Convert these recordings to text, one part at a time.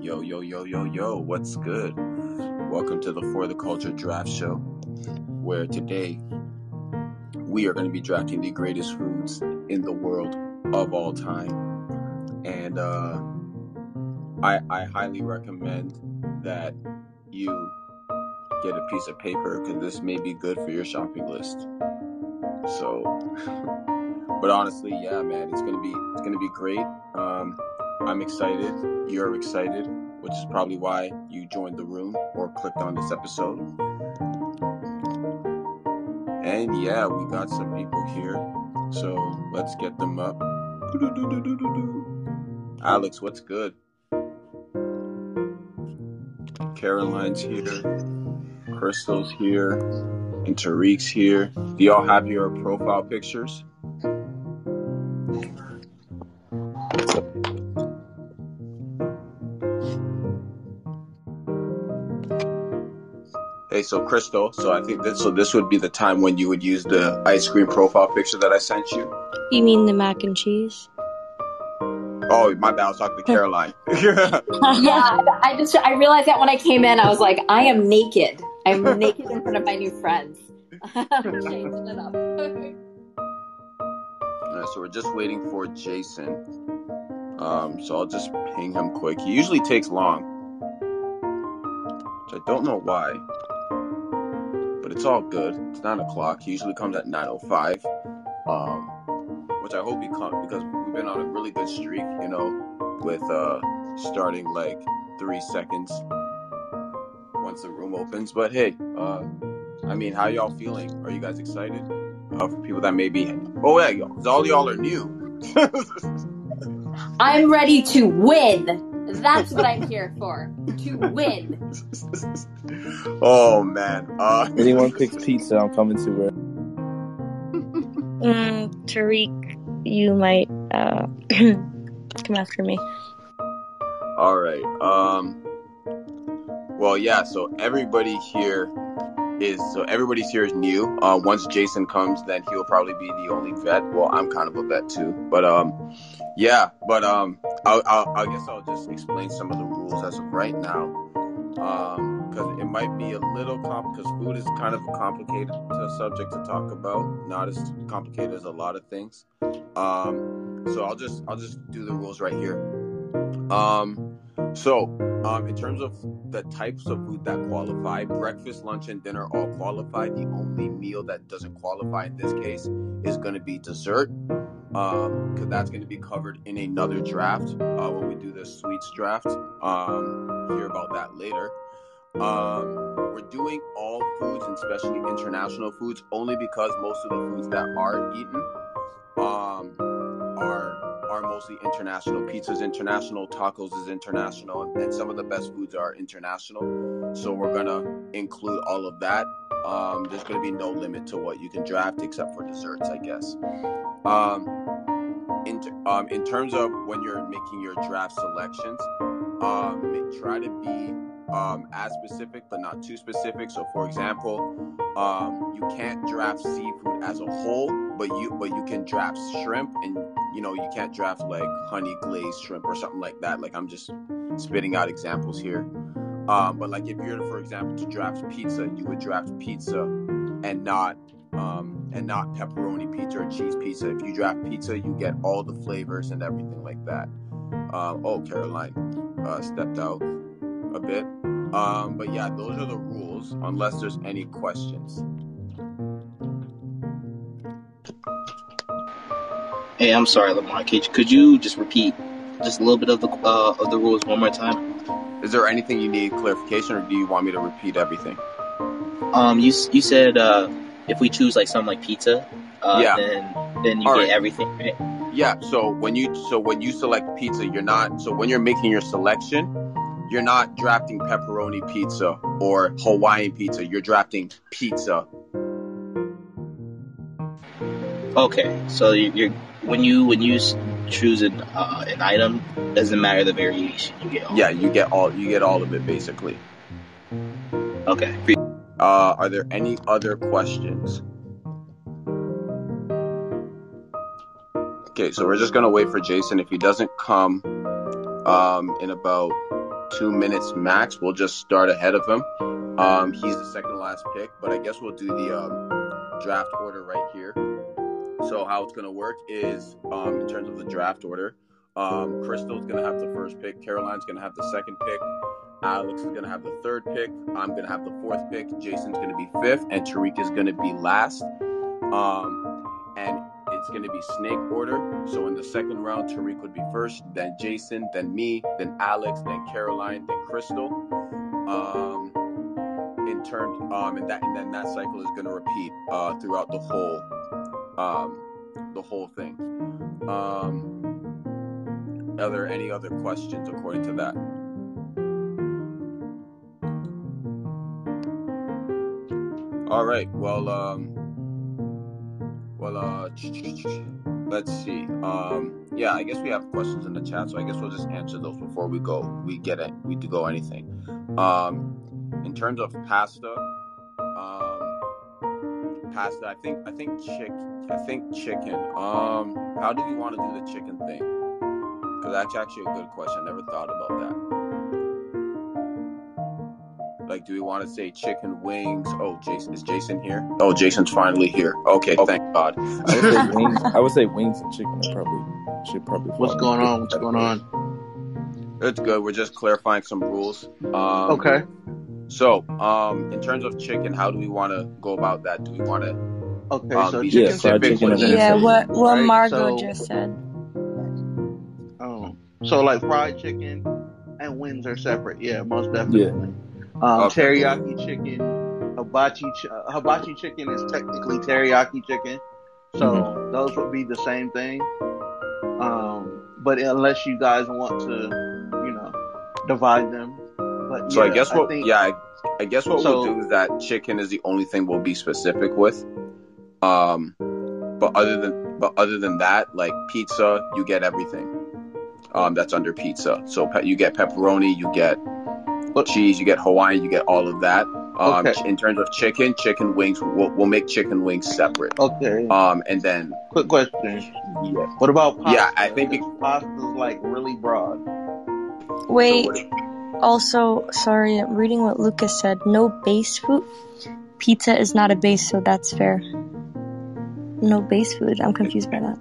Yo, yo, yo, what's good? Welcome to the For the Culture Draft Show, where today we are going to be drafting the greatest foods in the world of all time. And uh, I, I highly recommend that you get a piece of paper because this may be good for your shopping list. So, but honestly, yeah, man, it's gonna be it's gonna be great. Um, I'm excited. You're excited, which is probably why you joined the room or clicked on this episode. And yeah, we got some people here, so let's get them up. Doo-doo-doo-doo-doo-doo-doo. Alex, what's good? Caroline's here. Crystal's here. And Tariq's here. Do y'all have your profile pictures? Hey, so Crystal, so I think that so this would be the time when you would use the ice cream profile picture that I sent you. You mean the mac and cheese? Oh, my bad, I was talking to Caroline. Yeah, I I just I realized that when I came in, I was like, I am naked. I'm naked in front of my new friends. Changed it up. Uh, so we're just waiting for Jason. Um, so I'll just ping him quick. He usually takes long, which I don't know why, but it's all good. It's nine o'clock. He usually comes at nine o five, um, which I hope he comes because we've been on a really good streak, you know, with uh, starting like three seconds once the room opens. But hey, uh, I mean, how y'all feeling? Are you guys excited? Uh, for people that may be, oh yeah, y'all, 'cause all y'all are new. I'm ready to win. That's what I'm here for. To win. oh man. Uh, Anyone picks pizza, I'm coming to her. Mm, Tariq, you might uh, come after me. All right. Um. Well, yeah. So everybody here is so everybody's here is new. Uh, once Jason comes, then he'll probably be the only vet. Well, I'm kind of a vet too, but um, yeah. But um, I'll, I'll, I guess I'll just explain some of the rules as of right now, um, because it might be a little comp because food is kind of a complicated uh, subject to talk about. Not as complicated as a lot of things. Um, so I'll just I'll just do the rules right here. Um, so, um, in terms of the types of food that qualify, breakfast, lunch, and dinner all qualify. The only meal that doesn't qualify in this case is going to be dessert, because that's going to be covered in another draft uh, when we do the sweets draft. Um, hear about that later. Um, we're doing all foods, and especially international foods, only because most of the foods that are eaten um, are are mostly international. Pizza's international, tacos is international, and some of the best foods are international. So we're gonna include all of that. Um, there's gonna be no limit to what you can draft except for desserts, I guess. Um, in, um, in terms of when you're making your draft selections, um, try to be um, as specific but not too specific. So, for example, um, you can't draft seafood as a whole, but you but you can draft shrimp, and you know you can't draft like honey glazed shrimp or something like that. Like I'm just spitting out examples here. Um, but like if you're, for example, to draft pizza, you would draft pizza and not um, and not pepperoni pizza or cheese pizza. If you draft pizza, you get all the flavors and everything like that. Um, oh, Caroline uh, stepped out a bit. Um, but yeah, those are the rules, unless there's any questions. Hey, I'm sorry, Lamar. Could, could you just repeat just a little bit of the uh, of the rules one more time? Is there anything you need clarification, or do you want me to repeat everything? Um, you s- you said uh, if we choose like something like pizza, uh, Yeah. then then you All get right. everything, right? Yeah. So when you so when you select pizza, you're not so when you're making your selection, you're not drafting pepperoni pizza or Hawaiian pizza. You're drafting pizza. Okay, so you- you're when you when you s- choose an uh, an item, doesn't matter the variation you get. All. Yeah, you get all you get all of it basically. Okay. Pre- Uh, are there any other questions? Okay, so we're just gonna wait for Jason. If he doesn't come um, in about two minutes max. We'll just start ahead of him. Um, he's the second last pick, but I guess we'll do the um, draft order right here. So how it's gonna work is um, in terms of the draft order, um, Crystal's gonna have the first pick. Caroline's gonna have the second pick. Alex is gonna have the third pick. I'm gonna have the fourth pick. Jason's gonna be fifth, and Tariq is gonna be last. Um, and it's going to be snake order. So in the second round, Tariq would be first, then Jason, then me, then Alex, then Caroline, then Crystal. Um, in terms, um, and that and then that cycle is going to repeat uh, throughout the whole, um, the whole thing. Um, are there any other questions according to that? All right. Well. Um, well, uh, let's see. Um, yeah, I guess we have questions in the chat, so I guess we'll just answer those before we go. We get it. We do go anything. Um, in terms of pasta, um, pasta. I think I think chick. I think chicken. Um, how do we want to do the chicken thing? Because that's actually a good question. I never thought about that. Like, do we want to say chicken wings? Oh, Jason is Jason here? Oh, Jason's finally here. Okay, Oh. thank God. I would say wings. I would say wings and chicken. Are probably should probably. What's fall going in. on? What's going on? It's good. We're just clarifying some rules. Um, Okay. So, um, in terms of chicken, how do we want to go about that? Do we want to? Okay. Um, so yeah, chicken fried typically chicken and is- Yeah, Yeah, what what right? Margot So- just said. Oh, so like fried chicken and wings are separate. Yeah, most definitely. Um, Okay. Teriyaki chicken, hibachi ch- uh, hibachi chicken is technically teriyaki chicken, so Mm-hmm. those would be the same thing. Um, but unless you guys want to, you know, divide them. But So I yeah, guess what? think- yeah, I, I guess what So- we'll do is that chicken is the only thing we'll be specific with. Um, but other than but other than that, like pizza, you get everything. Um, that's under pizza. So pe- you get pepperoni, you get But- cheese, you get Hawaiian, you get all of that. Um, Okay. ch- in terms of chicken, chicken wings, we'll, we'll make chicken wings separate. Okay. Um, and then Quick question. yeah. What about pasta? Yeah, I think it- Because pasta's like really broad. Wait, also, sorry, I'm reading what Lucas said. No base food. Pizza is not a base, so that's fair. No base food. I'm confused by that.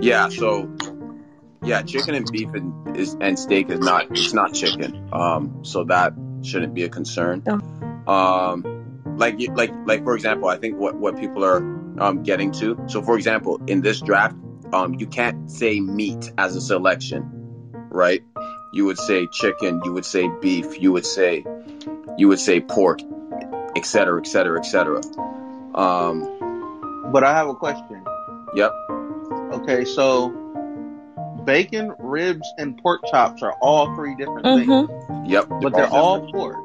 Yeah, so yeah, chicken and beef and is and steak is not it's not chicken. Um, so that shouldn't be a concern. Um, like you- like like for example, I think what what people are um getting to. So for example, in this draft, um, you can't say meat as a selection, right? You would say chicken. You would say beef. You would say you would say pork, et cetera, et cetera, et cetera. Um, But I have a question. yep. Okay, so bacon, ribs, and pork chops are all three different things, Mm-hmm. Yep. but they're all pork.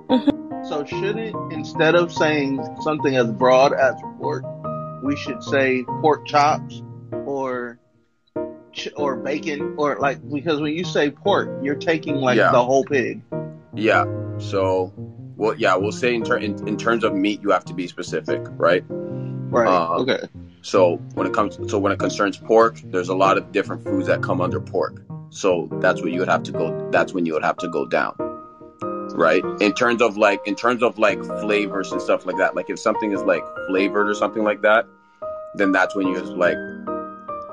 So shouldn't instead of saying something as broad as pork, we should say pork chops or ch- or bacon or like because when you say pork, you're taking like Yeah. the whole pig. Yeah. So, well, yeah, we'll say in, ter- in in terms of meat, you have to be specific, right? Right. Uh, okay. So when it comes, so when it concerns pork, there's a lot of different foods that come under pork. So that's what you would have to go. That's when you would have to go down, right? In terms of like, in terms of like flavors and stuff like that. Like if something is like flavored or something like that, then that's when you're like,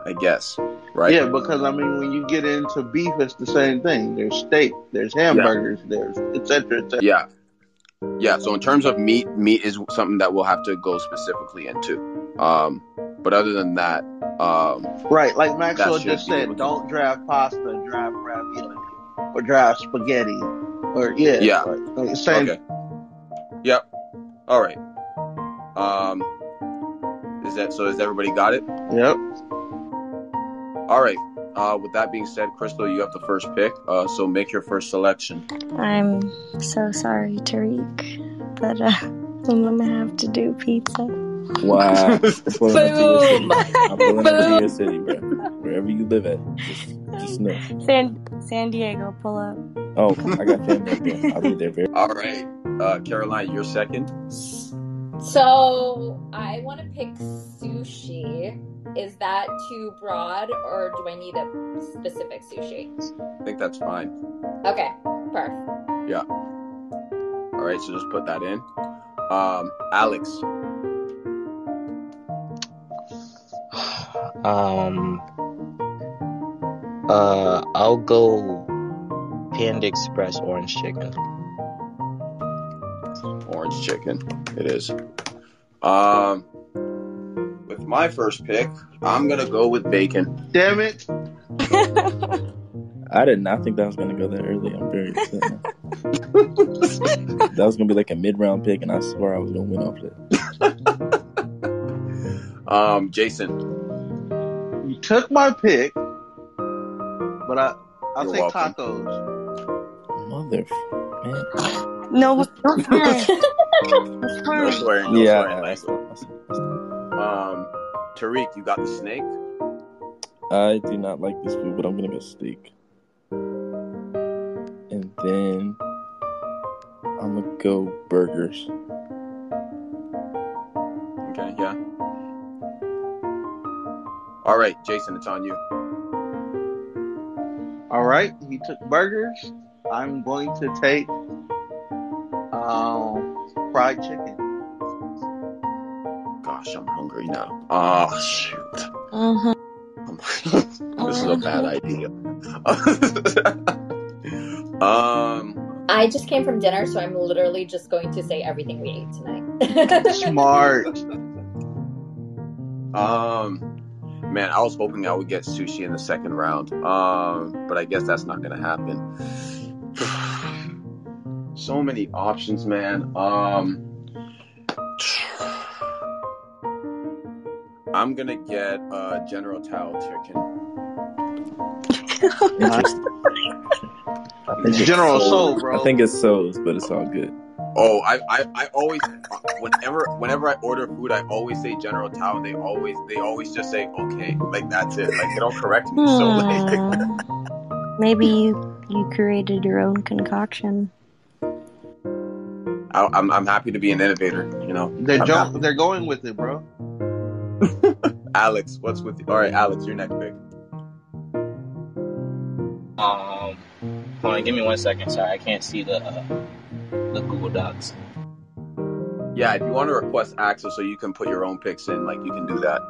I guess, right? Yeah, because I mean when you get into beef it's the same thing. There's steak, there's hamburgers, there's et cetera, et cetera. Yeah. Yeah. So in terms of meat, meat is something that we'll have to go specifically into. Um, but other than that, um, Right, like Maxwell That should just be said, looking- don't draft pasta, draft ravioli, or draft spaghetti, or yeah, Yeah. like, like, same. okay. Yep. All right. Um, is that so? Has everybody got it? Yep. All right. Uh, with that being said, Crystal, you have the first pick. Uh, so make your first selection. I'm so sorry, Tariq, but uh, I'm gonna have to do pizza. Wow. I'm pulling up to Boom. your city. I'm pulling up to Boom. your city, bro. Wherever you live at, just just know. San San Diego, pull up. Oh, I got family up there. I'll be there very. All right. Uh, Caroline, you're second. So I want to pick sushi. Is that too broad, or do I need a specific sushi? I think that's fine. Okay, birth. All right, so just put that in. Um, Alex, Um, uh, I'll go Panda Express orange chicken. orange chicken. It is. Um, with my first pick, I'm gonna go with bacon. Damn it. I did not think that was gonna go that early. I'm very upset. now. that was gonna be like a mid-round pick, and I swear I was gonna win off that. Um, Jason, You took my pick, but I I'll You're take welcome. tacos. Mother, f- man. No, don't swear. Don't no swear. swearing, no Yeah, swearing. I- I Like, saw- I saw- um, Tariq, you got the snake. I do not like this food, but I'm gonna go steak. And then I'm gonna go burgers. Okay, yeah. All right, Jason, it's on you. All right, he took burgers. I'm going to take um fried chicken. Gosh, I'm hungry now. Oh shoot. Mhm. this is a bad idea. um, I just came from dinner, so I'm literally just going to say everything we ate tonight. Smart. um, man, I was hoping I would get sushi in the second round. Um, but I guess that's not gonna happen. so many options, man. Um, I'm gonna get uh General Tao chicken. Interesting. I think it's General sold. Soul, bro. I think it's souls, but it's all good. Oh, I, I, I always uh, whenever whenever I order food, I always say General Tao, and they always they always just say okay, like that's it. Like they don't correct me. So like, Hmm. Maybe you, you created your own concoction. I, I'm I'm happy to be an innovator. You know, They're I'm jump, they're going with it, bro. Alex, what's with you? All right, Alex, your next pick. Um, hold on, give me one second. Sorry, I can't see the uh, the Google Docs. Yeah, if you want to request access so you can put your own picks in, like you can do that.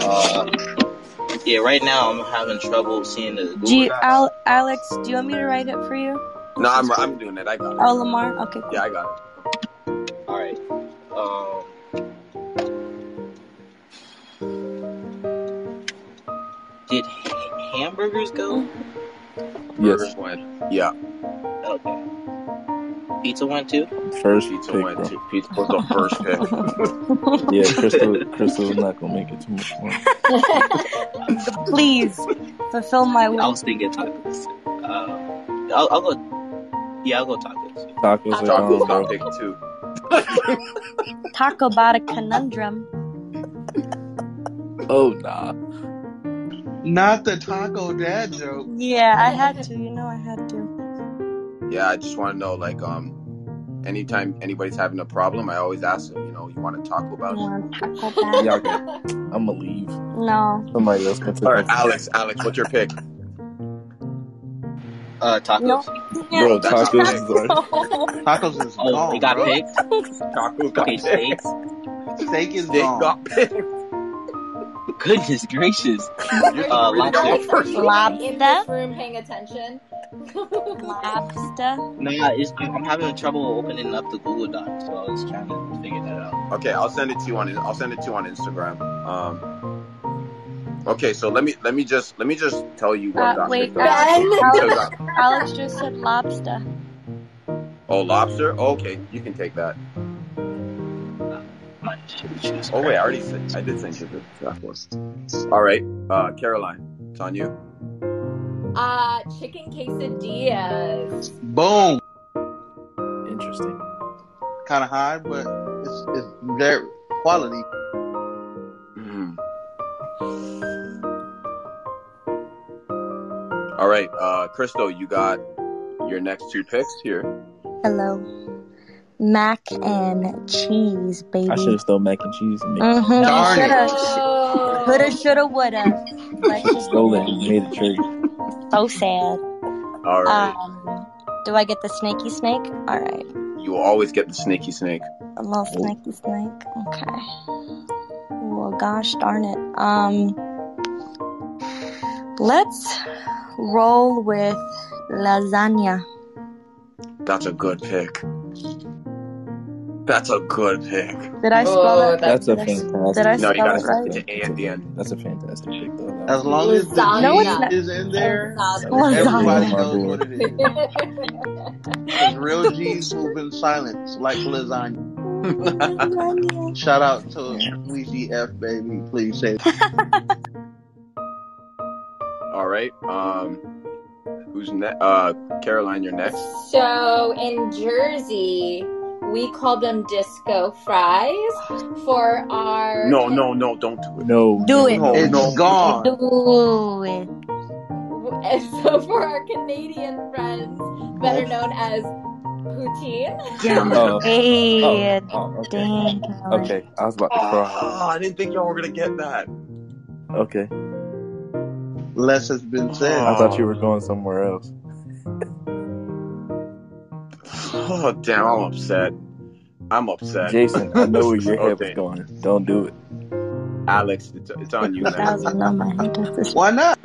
Uh, yeah, right now I'm having trouble seeing the Google Do you, Docs. Al- Alex, do you want me to write it for you? No, I'm I'm doing it. I got it. Oh, Lamar? Okay, cool. Yeah, I got it. All right. Um, did ha- hamburgers go? Yes, Burgers went. Yeah, Okay. Pizza went too. first pizza pick, went bro. too. Pizza was the first pick. Yeah, Crystal, Crystal's not gonna make it too much more. Please fulfill my I wish. was thinking tacos. Uh, I'll, I'll go. Yeah, I'll go tacos. Tacos are Tacos gone, got bro. pick two. Talk about a conundrum. Oh nah. Not the taco dad joke. Yeah, I had to. You know, I had to. Yeah, I just want to know, like, um, anytime anybody's having a problem, I always ask them, you know, you want to talk about it. Yeah, Taco Bell. Y'all got. I'm gonna leave. No, Somebody else can take All my right, Alex, Alex, what's your pick? Uh, tacos. no, Bro, That's not tacos pick. is our. no. Tacos is Oh, gone, they got bro. picked. Tacos got Okay, picked. steaks. Steak is Steak gone. got picked. Goodness gracious. You're just Uh, reading off lobster. Alex, were first you round. Lobster? even in this room paying attention? Lobster. Nah, it's, I'm I'm having trouble opening up the Google Doc, so I was trying to figure that out. Okay, I'll send it to you on. I'll send it to you on Instagram. Um, okay, so let me let me just let me just tell you what Uh, got wait, picked. Alex. Ben! Pizza got Alex just said lobster. oh lobster. okay, you can take that. My shoes. Oh wait, I already said I did send you the that one. All right, uh, Caroline, it's on you. Uh, chicken quesadillas. Boom. Interesting. Kind of high, but it's it's their quality. Mm. All right, uh, Crystal, you got your next two picks here. Hello. Mac and cheese, baby. I should have stole mac and cheese and made, Mm-hmm. Darn it. Coulda, Oh. shoulda, woulda. But just stole it didn't. and made a trade. So um, sad. All right, Um, Do I get the snaky snake? All right. You will always get the snaky snake. A little snaky snake. Okay. Well, gosh darn it. Um, let's roll with lasagna. That's a good pick. That's a good pick. Did I spell Oh, that- it? That's a did I- fantastic. did I No, you spell gotta it right? stick to A at the end. That's a fantastic pick, though. That As was- long as the Lasagna. No, it's G not. is in there, that was everybody on my knows board. what it is. Because real G's move in silence like lasagna. lasagna. Shout out to Ouija F, baby. Please say All right. Um, who's next? Uh, Caroline, you're next. So in Jersey, we call them disco fries for our. No, no, no, don't do it. No, Do it. no, No, it's no. gone. Do it. So for our Canadian friends, better known as poutine. Damn it. Oh, Hey, oh, oh, okay, dang, Caroline. okay. I was about to cry. Oh, I didn't think y'all were gonna get that. Okay, Less has been said. I thought you Oh, were going somewhere else. oh damn, I'm upset. I'm upset. Jason, I know where your head was okay, going. Don't do it. Alex, it's, it's on you, man. That was on my head at this Why not?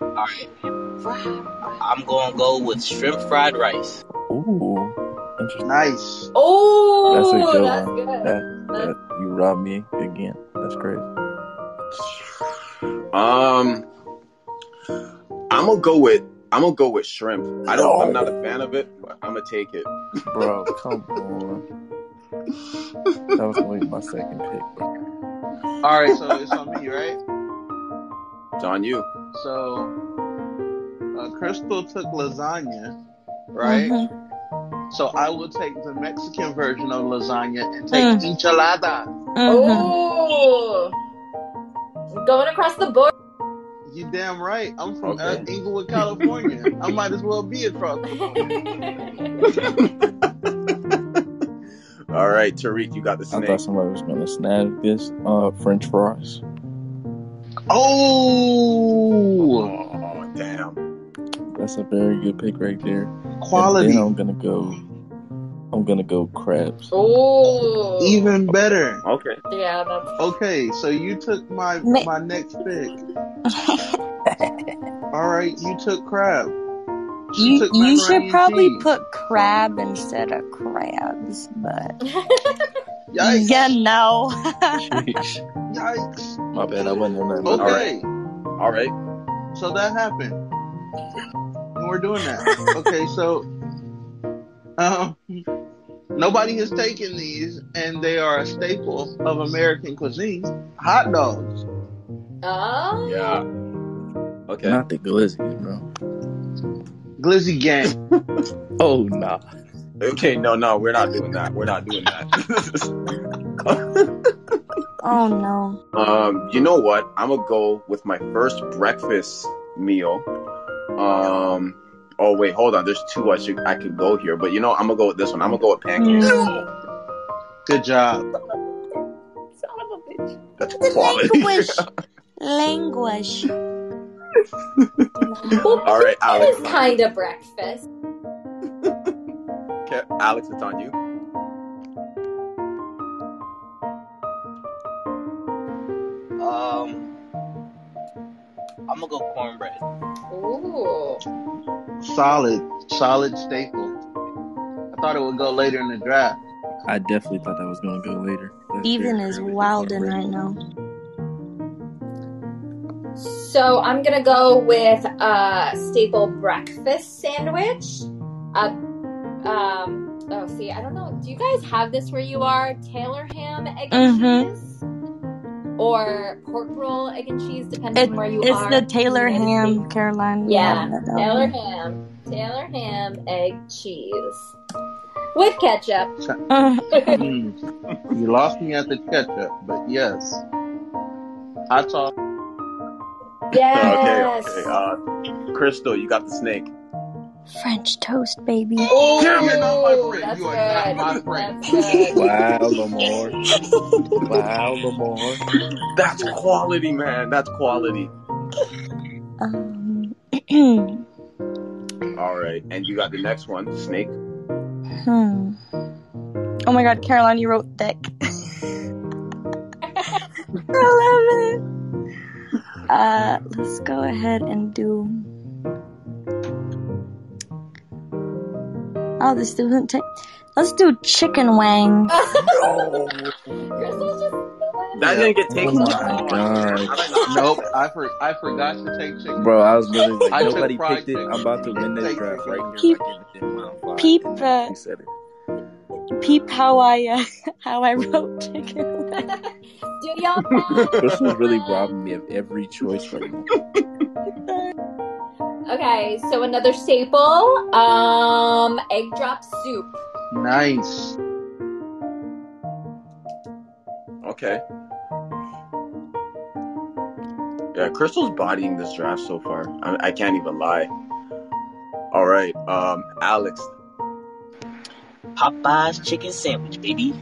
All right, I'm gonna go with shrimp fried rice. Ooh, interesting. Nice. That's a Oh, good that's one. good. That that you robbed me again. That's crazy. Um, I'm gonna go with I'm gonna go with shrimp. I don't. I'm not a No, fan of it, but I'm gonna take it. bro, come on. That was gonna be my second pick, bro. All right, so it's on me, right? It's on you. So uh, Crystal took lasagna, right? hmm So I will take the Mexican version of lasagna and take Mm, enchiladas. hmm Oh, going across the board. You damn right. I'm from uh, Okay. Inglewood, California. I might as well be across the border. All right, Tariq, you got the I thought snake. somebody was gonna snag this uh French fries. Oh, Oh damn. That's a very good pick right there. And then quality, I'm gonna go I'm gonna go crabs. oh, even better. Okay. yeah, that's Okay, so you took my Me- my next pick. All right, you took crab. She you took you should macaroni and probably cheese. put crab instead of crabs, but yeah, Yikes! no. Sheesh. Yikes! My bad, I wasn't in that All mood. Okay, right. All right. so that happened, and we're doing that. Okay, so um, nobody has taken these, and they are a staple of American cuisine. Hot dogs. oh. Yeah. Okay. Not the glizzies, bro. Glizzy gang. Oh nah. Okay. No, no, we're not doing that. We're not doing that. oh no. um, you know what? I'm gonna go with my first breakfast meal. Um. Oh wait, hold on. There's two I should I could go here, but you know I'm gonna go with this one. I'm gonna go with pancakes. Mm. Good job. Son of a bitch. That's The quality. language, language, Well, All language. right, Alex, pancake is it's on you. kind of breakfast. Okay, Alex, it's on you. Um, I'm gonna go cornbread. Ooh. Solid, solid staple. I thought it would go later in the draft. I definitely thought that was gonna go later. That's very Steven is early for wilding cornbread. right now. So I'm gonna go with a staple breakfast sandwich. A um. Oh, see, I don't know. Do you guys have this where you are? Taylor ham, egg and Mm-hmm. cheese, or pork roll, egg and cheese, depending It on where you it's the are in the Taylor United States. ham, Caroline. We have Yeah, that out Taylor here. ham, Taylor ham, egg, cheese with ketchup. So- Mm. mm, you lost me at the ketchup, but yes, hot sauce. Okay, okay. Yes. Uh, Crystal, you got the snake. French toast, baby. Damn You're it! not my Oh, friend. that's You are not good. my friend. That's good. Wow, Lamar. Wow, Lamar. That's quality, man. That's quality. Um, All right. And you got the next one, snake. Hmm. Oh my god, Caroline, you wrote thick. I love it. Uh, let's go ahead and do. Oh, this doesn't take. Let's do chicken wang. Crystal's just. That didn't get taken. Oh my God. How did I not- Nope, I for, I forgot to take chicken. Bro, I was literally like, I took nobody fried picked it. chicken. I'm about to win this Take draft chicken. right here. Peep- if I give it them round five. peep, And uh, he said it. Peep how I uh, how I wrote chicken. Do y'all know? Crystal's really robbing me of every choice right now. Okay, so another staple, um, egg drop soup. Nice. Okay. Yeah, Crystal's bodying this draft so far. I, I can't even lie. All right, um, Alex. Popeye's chicken sandwich, baby.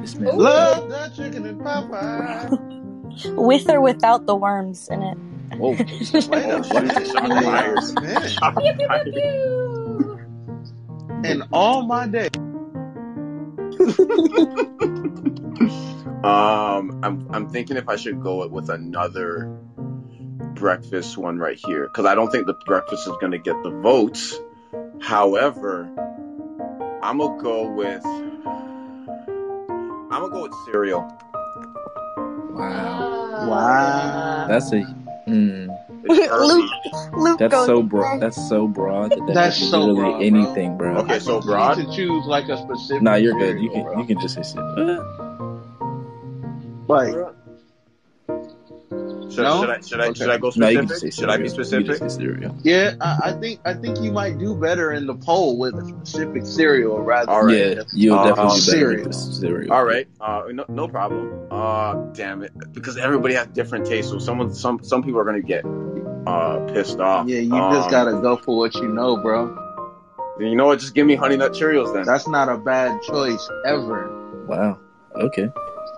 This man. Ooh. Love that chicken and Popeye. With or without the worms in it. Whoa. Wait Oh a shoot! minute. Shots Wait fired. a minute. Shots Pew, pew, pew, fired. pew. In all my days. Um, I'm I'm thinking if I should go with another breakfast one right here because I don't think the breakfast is gonna get the votes. However, I'm gonna go with I'm gonna go with cereal. Wow. Oh. Wow. That's a. Mm, It's early. Luke that's goes so there. broad. That's so broad that that That's could be so literally broad, bro. anything, bro. Okay, I so think you need broad. to choose like a Nah, specific you're good. You cereal, can bro. you can just say shit. Uh, Like, Should, should no? I should I should Okay. I go No, you can just specific? say Should I be cereal. You can specific? just say cereal. Yeah, I, I think I think you might do better in the poll with a specific cereal rather All right. than Yeah, just you'll definitely do Um, better with the cereal. cereal. all Yeah. right. Uh, no, no problem. Uh, damn it, because everybody has different tastes, so someone some some people are gonna get uh pissed off. Yeah, you just Um, gotta go for what you know, bro. you know what? Just give me Honey Nut Cheerios then. That's not a bad choice ever. Wow. Okay.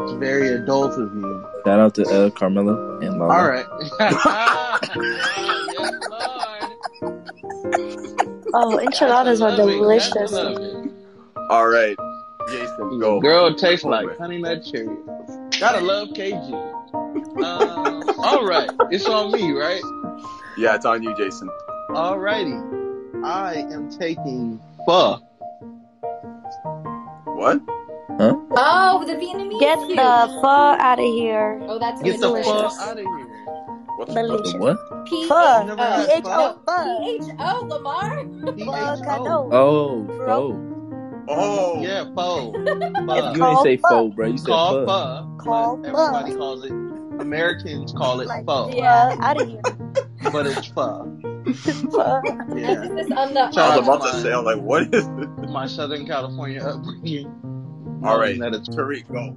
It's very adult of you. Shout out to uh, Carmelo and All Lala. right. oh, yes, Lord. Oh, That's a enchiladas are loving. That's a delicious. loving. All right, Jason, This go. girl tastes Go like with. honey nut Cheerios. Gotta love KG. Um, all right. It's on me, right? Yeah, it's on you, Jason. All righty. I am taking pho. What? Huh? Oh, the Get Vietnamese soup. the pho out of here. Oh, that's Get gonna be the pho delicious. Delicious. out of here. What's What what's the Delicious. what? P You Pho. H never P O. had H pho? No, P O. Pho. H O. Lamar. P-H-O. Volcano. Oh, Bro. pho. Oh, Yeah, pho. It's Pho. You ain't called say pho. pho, bro. You said Call pho. pho, but Called everybody pho. calls it, Americans call it Like pho, pho Yeah. out of here. but it's pho. Pho. I Yeah. did this on the I was Shout out on to about to say, my, I'm like, what is this? my Southern California upbringing, All knowing right, that it's pho. Tariq, go.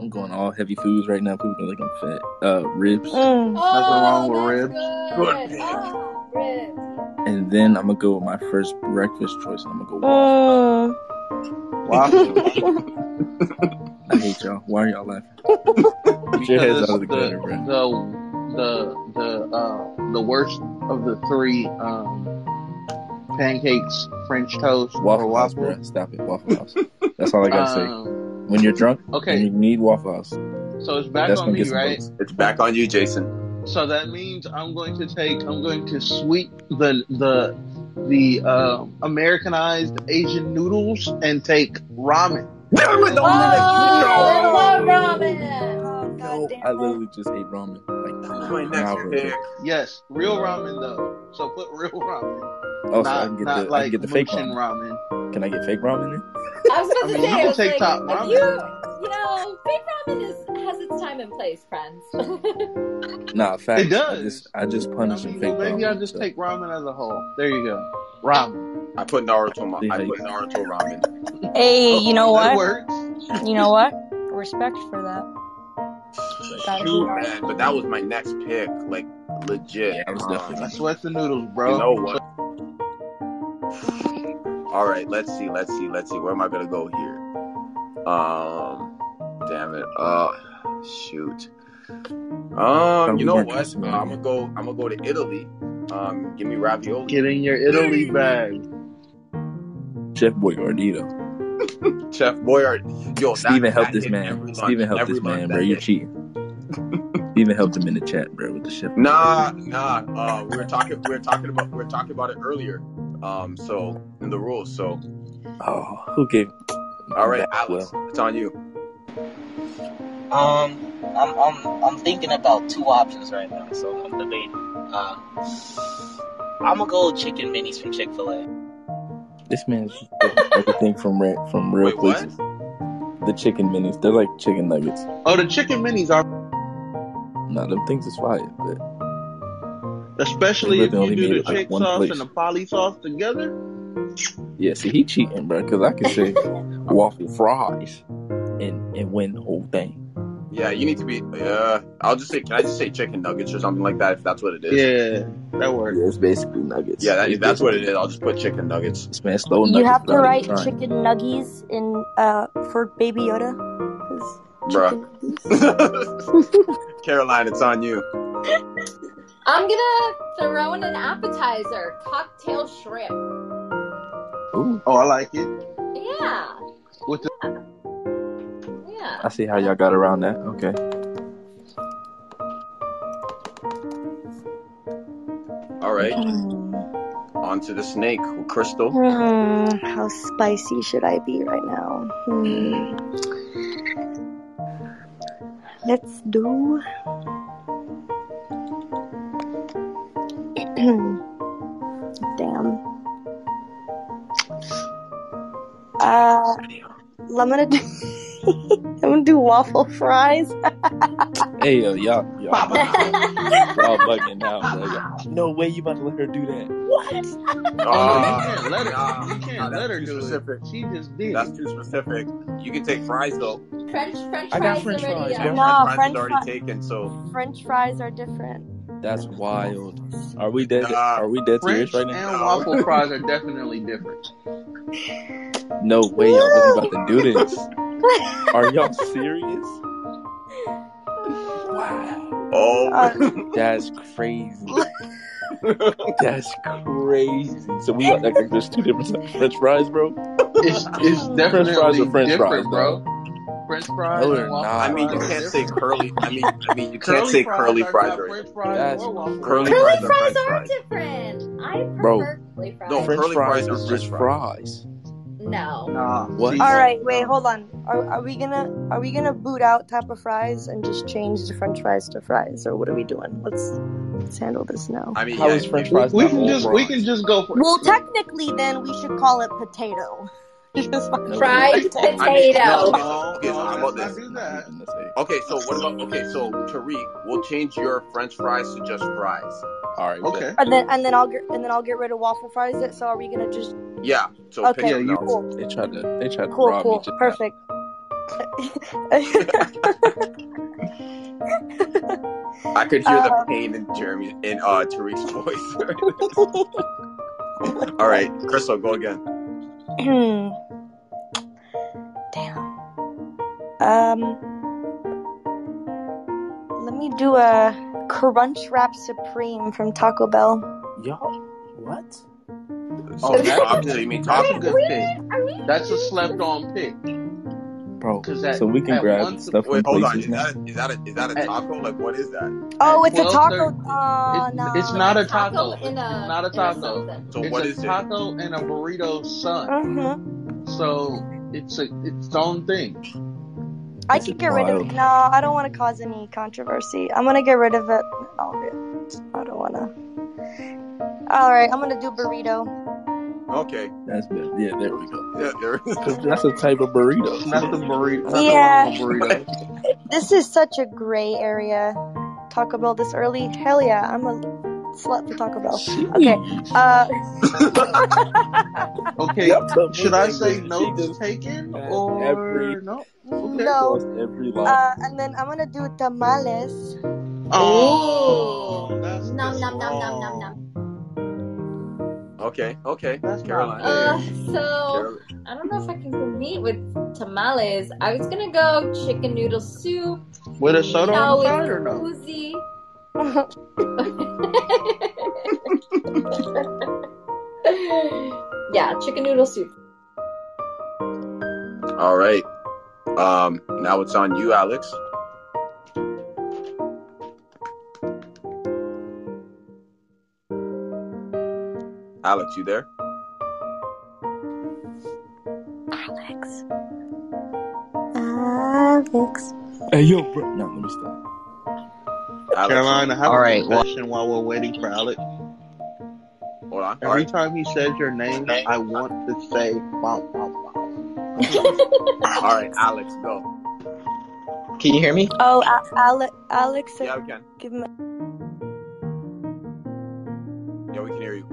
I'm going all heavy foods right now. People gonna think I'm fat. Uh, ribs, Mm. Nothing wrong Oh, with that's ribs. Good good. pick. Ah, ribs. and then I'm gonna go with my first breakfast choice. And I'm gonna go waffles. Mm. Waffles. I hate y'all. Why are y'all laughing? Get your because heads out it's of the the gutter, bro. the the the uh the worst of the three um pancakes, French toast, or Waffle House, waffles. bro. Stop it. Waffle House. That's all I gotta say. Um, When you're drunk and okay, you need Waffle House, so it's back that's on gonna me, get some right? votes. It's back on you, Jason. So that means I'm going to take I'm going to sweep the the the um Americanized Asian noodles and take ramen. Damn it! Don't do that. Oh, I love No. ramen. Oh god Yo, I damn it. literally just ate ramen like That was my an next hour ago. pick. Yes, real ramen though. So put real ramen, Oh, so I not can get not the I can like get the fake moochin ramen. ramen. Can I get fake ramen then? I was I about to mean, say, you I can was take like, top if ramen. you, you know, big ramen is has its time and place, friends. Nah, It facts. I just does. I just I punished some mean, well, fake maybe I'll ramen. just So take ramen as a whole. There you go. Ramen. I put Naruto. ma- see I how you put Naruto ramen. Hey, you know Okay, that what? works. You know what? Respect for that. Gotta do Shoot, that. man. But that was my next pick. Like legit. Yeah, I was Um, definitely You gonna sweat the noodles, you bro. know Sweat- what? All right. Let's see. Let's see. Let's see. Where am I gonna go here? Um, damn it. Uh, shoot. Um, thought you we know weren't what? trusting one I'm gonna another. go. I'm gonna go to Italy Um, give me ravioli. Get in your Italy bag. Chef Boyardee though. Chef Boyard. Yo, that- Steven that helped this hit man. every Steven lunch, helped every this lunch man, that bro. You're hit. cheating. Steven helped him in the chat, bro, with the chef. Nah, nah. Uh, we were talking. We were talking about. We were talking about it earlier. Um, so in the rules. So Oh, who gave? all right, That- Alex, well, it's on you. Um, I'm, I'm, I'm thinking about two options right now, so I'm debating. Uh, I'm gonna go chicken minis from Chick Fil A. this man's taking everything from re- from real Wait, what? places. The chicken minis, they're like chicken nuggets. Oh, the chicken minis are Nah, them things is fire, but they especially if really you only do made the it like chick one sauce and place. the poly sauce together. Yeah, see, he cheating, bro, because I could say waffle fries and and win the whole thing. Yeah, you need to be. Uh, I'll just say. Can I just say chicken nuggets or something like that? If that's what it is. Yeah, that works. Yeah, it's basically nuggets. Yeah, that, It's if that's what basically it is, I'll just put chicken nuggets. this man stole You nuggets have to without even write trying. chicken nuggies in uh for Baby Yoda, 'cause Bruh. chicken nuggies. Caroline, it's on you. I'm gonna throw in an appetizer, cocktail shrimp. Ooh, Oh, I like it. Yeah, With the, yeah. I see how y'all got around that. Okay. All right, Mm. Hmm. on to the snake, Oh, Crystal. Hmm, how spicy should I be right now? Hmm. Let's do. Damn. Uh, I'm gonna do. I'm gonna do waffle fries. Hey yo, y'all, y'all Pop bugging out. out. Y'all bugging out, Pop bro. Y'all, out. no way you about to let her do that. What? Oh no, you Ah, can't let her. nah, You nah, can't Ah, that's let her too do it. specific. She just did That's it. too specific. You can take fries though. French French I got fries French already. fries, Yeah, bro. French No, fries is French already fries. taken. So French fries are different. That's wild. Are we dead? nah, Are we dead serious French right now? and no. waffle fries are definitely different. No way, y'all really about to do this. Are y'all serious? Wow, oh, Uh, that's crazy. That's crazy. So we like, like there's two different types of French fries, bro. It's it's French fries are definitely French fries, different, dog. bro. French No, fries and they're waffle I not, mean, fries you are bro. can't say different. curly. I mean, I mean, you can't Curly say fries curly are fries not right now. French fries That's or waffle Curly crazy, fries. Curly fries fries are French are fries. different. I bro. prefer curly No, fries. French Oh, curly fries fries are is French just fries. fries. No. Nah, What? all see, right, wait, no. hold on. Are are we gonna are we gonna boot out type of fries and just change the French fries to fries, or what are we doing? Let's let's handle this now. I mean, How yeah. is French If We, fries we not can all just we can fries? just go for Well, like technically, then we should call it potato. just like No way. Fried French fries. I mean, okay, potato. no no no. Let's not okay, so okay, so how about this? That's do not that. even the same. Okay, so what about okay, so Tariq, we'll change your French fries to just fries. All right, bet. Okay. And then and then I'll get and then I'll get rid of waffle fries. It. So are we gonna just? Yeah. So pick Okay, Yeah, you. something else. cool, They tried to they tried to cool, rob me cool, just now. perfect. I could hear the uh, pain in Jeremy in uh Tariq's voice. All right, Crystal, go again. damn. Um, let me do a crunch wrap supreme from Taco Bell. Y'all, what? Oh, So you that's a obviously good. you mean That's a Taco Bell. good pick. Are we That's a doing slept on pick. Bro, Cause at so we can at grab one stuff Wait, from hold on. places Is now? that is that a, is that a at taco? Like what is that? Oh, at it's a twelve taco. thirty. It, Oh it's no, not that's a not taco taco. good. in It's a not in a a taco. something? So It's what a is it? taco and a burrito sun. Mm-hmm. So it's a it's its own thing. I This is could get rid of. wild. No, I don't want to cause any controversy. I'm gonna get rid of it. I'll be- I don't wanna. All right, I'm gonna do burrito. Okay. That's better. Yeah, there we go. Yeah, there is. Cause that's a type of burrito. See Nothing that? burrito. Nothing wrong Yeah, with burrito. this is such a gray area. Taco Bell this early? Hell yeah, I'm a slut for Taco Bell. Okay, Jeez, uh, Okay, y'all told me should I that say girl. She notes just taken passed every. or no? She Okay. no. crossed every line. Uh, and then I'm gonna do tamales. Ooh. Oh, that's Nom that's nom nom nom nom nom. wrong. okay, okay. That's not Caroline. Uh, fair. so Carol I don't know if I can compete with tamales. I was gonna go chicken noodle soup. With a You soda on the know, it's side or no? cozy. yeah, chicken noodle soup. All right. Um, now it's on you, Alex. Alex, you there? Alex. Alex. Hey, yo, bro. No, let me stop. Alex, Carolina, have All a right, well- confession while we're waiting for Alex. Hold on. All Every right. time he says your name, I want to say wow, wow, wow. All right, Alex, go. Can you hear me? Oh, A- Ale- Alex. said- Yeah, we can. give him a- Yeah, we can hear you.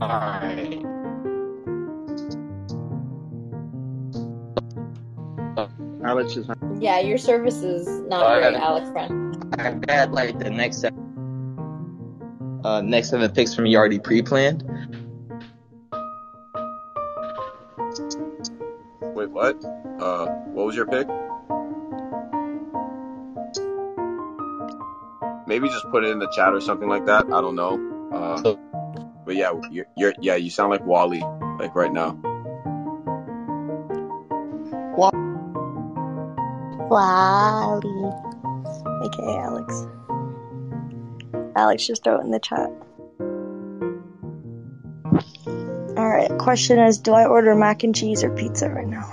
Alright. Alex is not Yeah, your service is not Oh, I great, got it. Alex friend. I got like the next seven, uh, next seven picks from you already pre-planned. Wait, what? Uh, what was your pick? Maybe just put it in the chat or something like that. I don't know. Uh, but yeah, you're, you're yeah, you sound like Wally, like right now. Wally. Okay, Alex. Alex, just throw it in the chat. All right. Question is, do I order mac and cheese or pizza right now?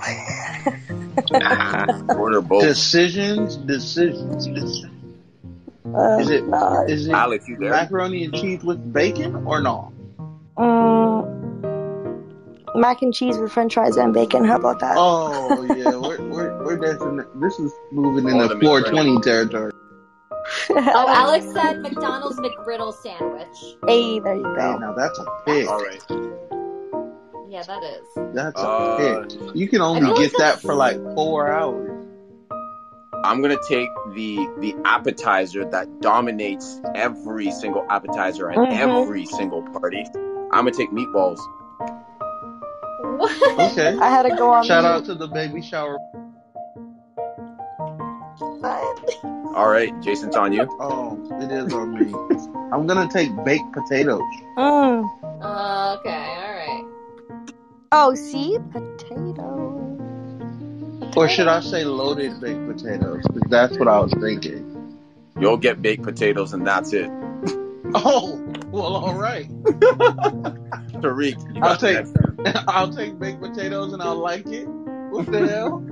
Order both. Oh. decisions, decisions. Is Uh, it no. is it Alex, you there? macaroni and cheese with bacon or no? Um, mac and cheese with French fries and bacon. How about that? Oh yeah, we're we're we're definitely this is moving Oh, into the McGriddle. 420 territory. Oh, Alex said McDonald's McGriddle sandwich. Hey, there you Hey, go. now that's a pick. All right. Yeah, that is. That's a Uh, pick. You can only I feel get like that that's- for like four hours. I'm gonna take the the appetizer that dominates every single appetizer at Mm-hmm. Mhm. every single party. I'm gonna take meatballs. What? Okay. I had to go on Shout mute. out to the baby shower. All right, Jason's on you. Oh, it is on me. I'm gonna take baked potatoes. Mm. Uh, okay, all right. Oh, see, potato. Or should I say loaded baked potatoes? 'Cause that's what I was thinking. You'll get baked potatoes and that's it. Oh, well, all right. Tariq, you I'll got the take next one. I'll take baked potatoes and I'll like it. What the hell?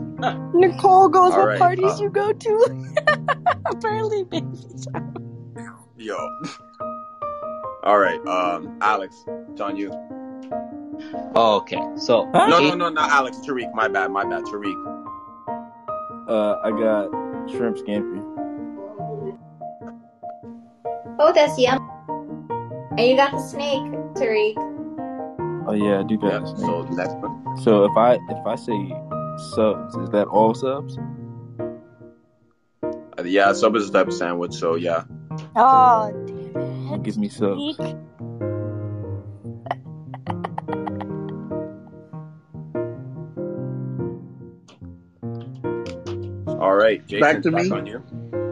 Nicole goes, All "What right, parties uh, you go to?" Apparently, baby. Yo. All right, um, Alex, it's on you. Oh, okay. So Huh? No, no, no, not Alex. Tariq. My bad. My bad. Tariq. Uh, I got shrimp scampi. Oh, that's yum. And you got the snake, Tariq. Oh yeah, I do got Yep. a snake. So next one. So if I if I say subs, is that all subs? Uh, yeah, sub is a type of sandwich. So yeah. Oh, Well, give me subs. Tariq. All right, Jason. Back to me? on you.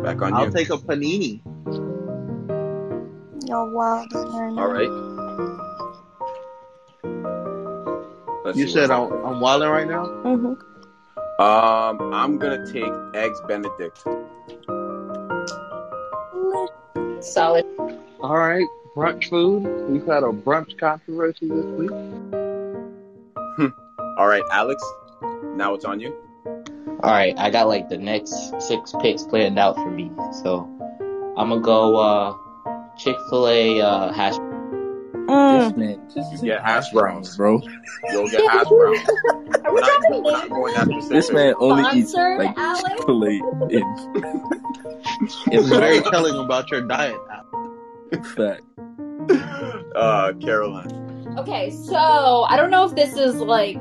Back on I'll you. take a panini. You're wild right All now. right. Let's You see said I'm, what's up. I'm wilding right now. Mm-hmm. Um, I'm gonna take eggs Benedict. Solid. All right, brunch food. We've had a brunch controversy this week. All right, Alex. Now it's on you. all right, I got like the next six picks planned out for me. So I'm gonna go uh, Chick-fil-A uh, hash. This Mm. man, just You say get hash browns. bro. You'll get hash browns. Are We're we not. dropping names We're not going now? that This specific. man only eats Sponsored, like Alex? Chick Fil A in It's very telling about your diet. fact. Uh, Caroline. Okay, so I don't know if this is like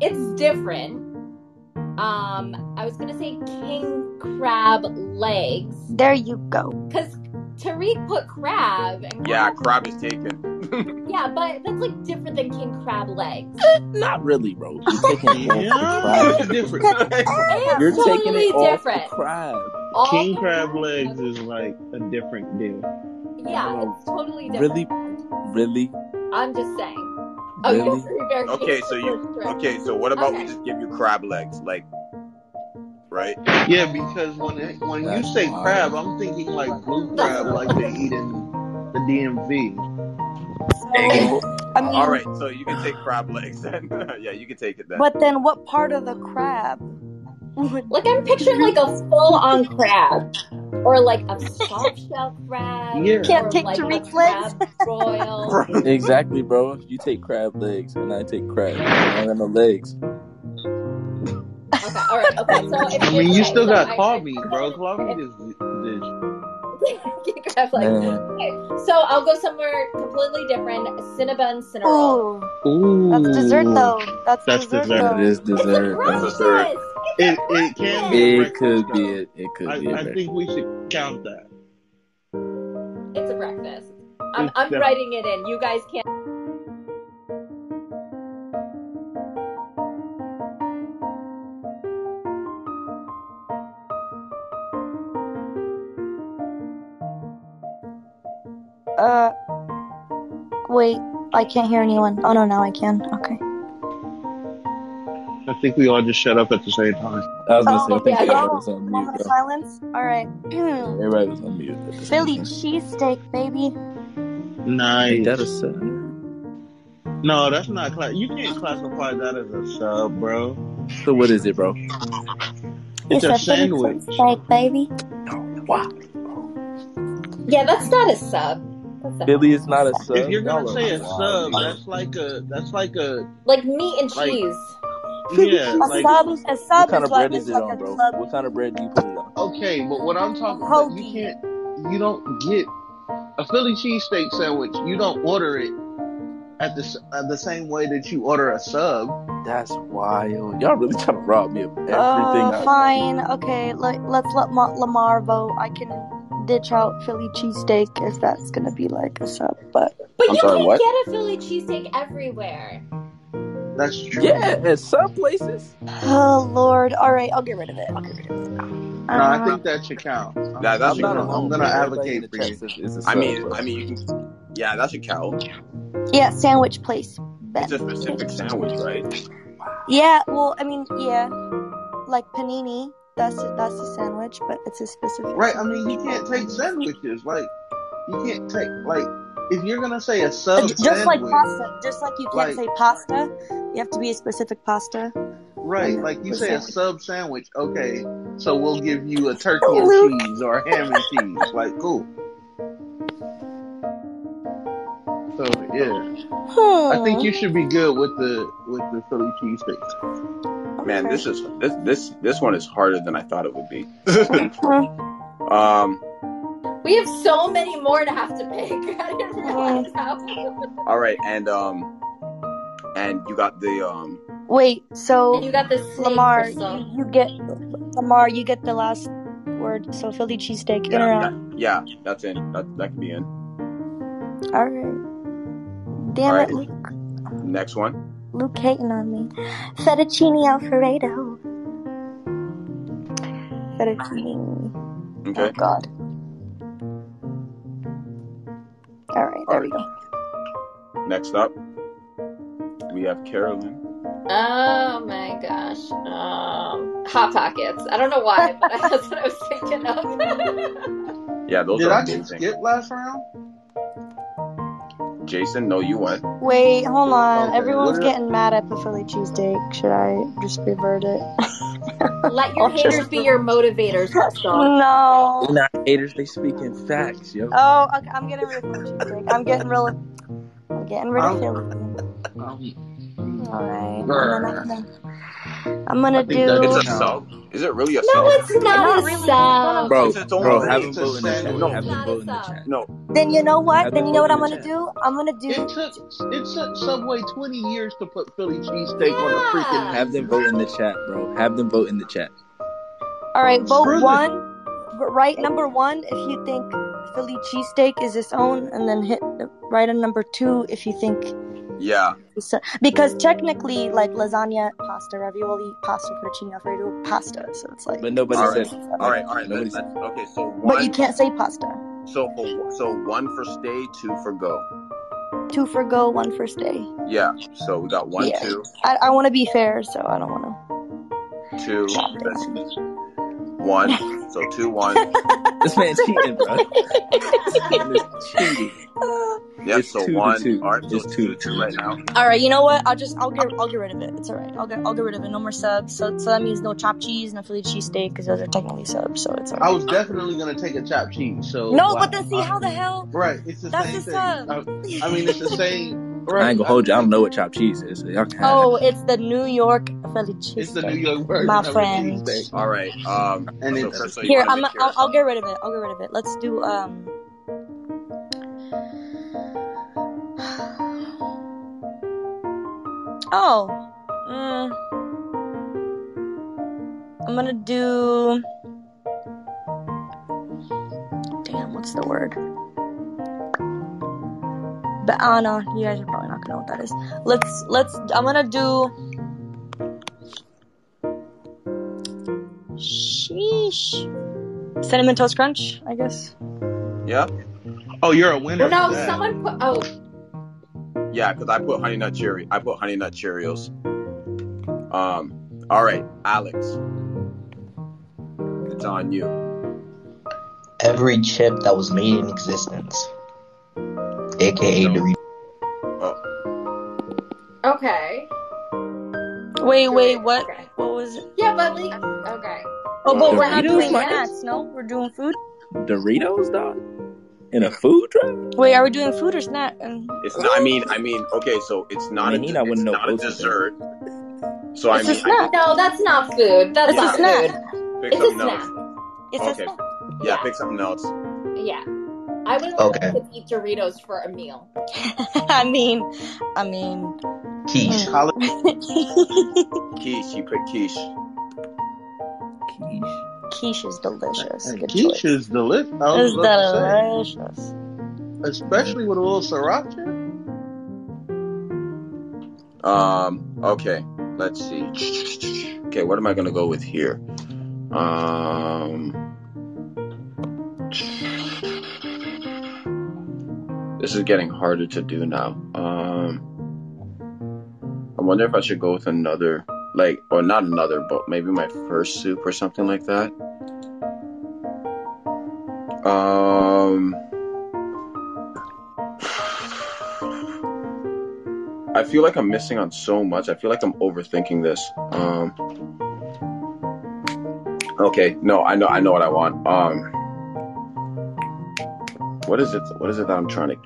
it's different. Um, I was gonna say king crab legs There you go. because Tariq put crab. And Yeah, crab is taken. Yeah, but that's like different than king crab legs. Not really, bro. You're taking it Yeah, off the it's different. It's crab. You're taking totally it off different. the crab. All King the- crab legs is like a different deal. Yeah, it's totally different. Really, really, I'm just saying. Oh, you really. guys are very Okay, so you- Okay, so what about we Okay. just give you crab legs, like, right? Yeah, because when it, when you That's say wild. crab, I'm thinking like blue crab, like they eat in the DMV. So, I mean, All right, so you can take crab legs then. yeah, you can take it then. but then what part of the crab? would- Like I'm picturing like a full on crab. Or like a soft shell crab. Yeah. Can't or take like a Tariq's crab royal. Bro, Exactly, bro. You take crab legs, and I take crab. I got no legs. Okay, alright, okay. So if I you're mean, you okay, still so got I- claw I- meat, bro. Claw meat is this. King crab legs. Man, Okay, so I'll go somewhere completely different. Cinnabon Cinnarol. Ooh, Ooh, that's dessert though. That's, That's dessert, dessert. it though. is It's a dessert, bro. That's a third. breakfast. It It's a it can be breakfast. a breakfast It could be though. it. It could I be a I breakfast. think we should count that. It's a breakfast. I'm, It's I'm def- writing it in. You guys can't. Uh, wait, I can't hear anyone. Oh no, now I can. Okay. I think we all just shut up at the same time. I was gonna say, I Oh think yeah, yeah. everybody was on mute, Moment of bro. silence. All right. Everybody was on mute at the same Philly time. cheesesteak, baby. Ain't that a Nice. sub? No, that's not class. You can't classify that as a sub, bro. So what is it, bro? It's It's a a Philly sandwich. cheesesteak, baby. Wow. Yeah, that's not a sub. That's Philly definitely is not a If sub. you're gonna Y'all are say a wild, sub, bro. that's like a that's like a like meat and like cheese. yeah A like sub, What, a what sub kind is of like bread is is it like on, a bro? club, What kind of bread do you put it on? okay, but what I'm a talking, but you hoagie. can't you don't get a Philly cheesesteak sandwich. You don't order it at the s- at the same way that you order a sub. That's wild. Y'all really trying to rob me of everything Uh, I. fine. Okay, let, let's let Ma- Lamar vote. I can ditch out Philly cheesesteak if that's gonna be like a sub, but But I'm you sorry, can't what? get a Philly cheesesteak everywhere. That's true. Yeah, at some places. oh lord. All right, I'll get rid of it. I'll get rid of it. No, I Uh, think that should count. I That think that that's I'm should not a, count. I'm alone, gonna bro. Everybody in advocate the for chat you. says it's a I sub, mean, bro. I mean, you can. Yeah, that should count. Uh, yeah, sandwich place, It's a Ben. specific sandwich, right? Yeah, well, I mean, yeah, like panini. That's that's a sandwich, but it's a specific Right? sandwich. I mean, you can't take sandwiches. Like you can't take like if you're gonna say a Uh, sub j- Just like Oh, sandwich, pasta, just like you can't like say pasta, you have to be a specific pasta, and right, then like you the say a sandwich. sub sandwich. Okay, so we'll give you a turkey Oh, and Luke, cheese or a ham and cheese. Like cool. So yeah, I think hmm, you should be good with the with the Philly cheesesteak. Man, okay. this is this this this one is harder than I thought it would be. Huh. um. We have so many more to have to pick. I didn't Mm. realize how. All right, and um, and you got the um. Wait, And so you got the snake Lamar, crystal. you you get Lamar, you get the last word. So Philly cheesesteak in Yeah, or out? that, yeah, that's in. That that could be in. All right. All Damn right, it, Luke. next one. Luke hating on me. Fettuccine Alfredo. Fettuccine. Oh Okay. God. All right, All there we right. go. Next up, we have Carolyn. Oh my gosh. Um, Hot Pockets. I don't know why, but that's what I was thinking of. Yeah, those Did are I get amazing. skipped last round? Jason, no, you went. Wait, hold on. Okay, what Everyone's did I? getting mad at the Philly cheesesteak. Should I just revert it? Let your I'll just haters be your motivators, Uh, Crystal. no. They're not haters. They speaking facts, yo. Oh, okay, I'm getting rid of Philly cheesesteak. I'm getting rid of. I'm getting rid of I'm, Philly. I'm, All right, and then I'm Oh. grr. gonna. I'm I gonna think that It's should a do. count. sub. Is it really a No, sub? it's not Not a really. It's not a. sub. It's Bro, its own bro, have thing. them It's a vote in the chat. sandwich. No, It's Have them not a vote in the sub. chat. no. Then you know what? Have Then them you know vote what in I'm the gonna chat. do? I'm gonna do. It took it took Subway twenty years to put Philly cheesesteak on a freaking Yeah. Have them vote in the chat, bro. Have them vote in the chat. All right, vote screw the one. v- Right, number one. If you think Philly cheesesteak is its own, and then hit right on number two if you think Yeah. it's a- because technically, like lasagna, pasta, ravioli, pasta, fettuccine alfredo, pasta. So it's like, But nobody All right. said. All right. All right. Nobody Let's, said. let's, okay. So one. but you can't say pasta. So for, so one for stay, two for go. Two for go, one for stay. Yeah. So we got one, Yeah. two, I, I want to be fair, so I don't want to. two, that's one. So two, one. This man cheating, bro. this man is cheating. Yep. It's so two to one. two. All right. So It's it's two two, to two two. right now. All right, you know what? I'll just I'll get I'll get rid of it. It's all right. I'll get I'll get rid of it. No more subs. So so that means no chopped cheese, no Philly cheesesteak, because those are technically subs. So it's all I right. was definitely gonna take a chopped cheese. So No, why- but then see I- how the hell? right, it's the That's same a thing. sub. I, I mean, it's the same. I ain't Right. gonna I, hold you. I don't know what chopped cheese is. Y'all can have. oh, it's the New York Philly it's the New York cheesesteak, version my of a friend. cheesesteak, All right. Um. and So it's Chris, so you Here, want to I'm make I'll, yours? I'll get rid of it. I'll get rid of it. Let's do um. Oh, mm, I'm gonna do. Damn, what's the word? But I don't know. oh, You guys are probably not gonna know what that is. Let's let's. I'm gonna do. Sheesh. Cinnamon toast crunch, I guess. Yeah. oh, you're a Well, winner for no, that. someone put. Oh, Yeah. Because I put honey nut cherry. I put honey nut Cheerios. Um. All right, Alex. It's on you. Every chip that was made in existence, aka No. Doritos. okay. Wait, wait, what? Okay. What was it? Yeah, but like, okay. Oh, Well, but we're not Doritos, doing my snacks, no? We're doing food? Doritos, dog. In a food truck. Wait, are we doing food or snack? Um, It's not. I mean. I mean. Okay. So it's I not a. mean, he de- not It's wouldn't know not a both of them. dessert. So I it's a mean, I snack. No, that's not food. That's It's a yeah. not snack. food. Pick It's a something else. snack. It's a Okay. snack. Yeah. Yeah, Pick something else. yeah. I wouldn't let my Okay, kids eat Doritos for a meal. I mean, I mean. keys. mm. College Quiche. You put quiche. Quiche. Quiche is delicious. and Good Uh, quiche choice. is delicious. I was It's about to say, delicious. especially with a little sriracha. Um. Okay. Let's see. Okay. What am I gonna go with here? Um. This is getting harder to do now. Um. I wonder if I should go with another, like, or not another, but maybe my first soup or something like that. Um. I feel like I'm missing on so much. I feel like I'm overthinking this. Um. Okay. No. I know. I know what I want. Um. What is it? What is it that I'm trying to?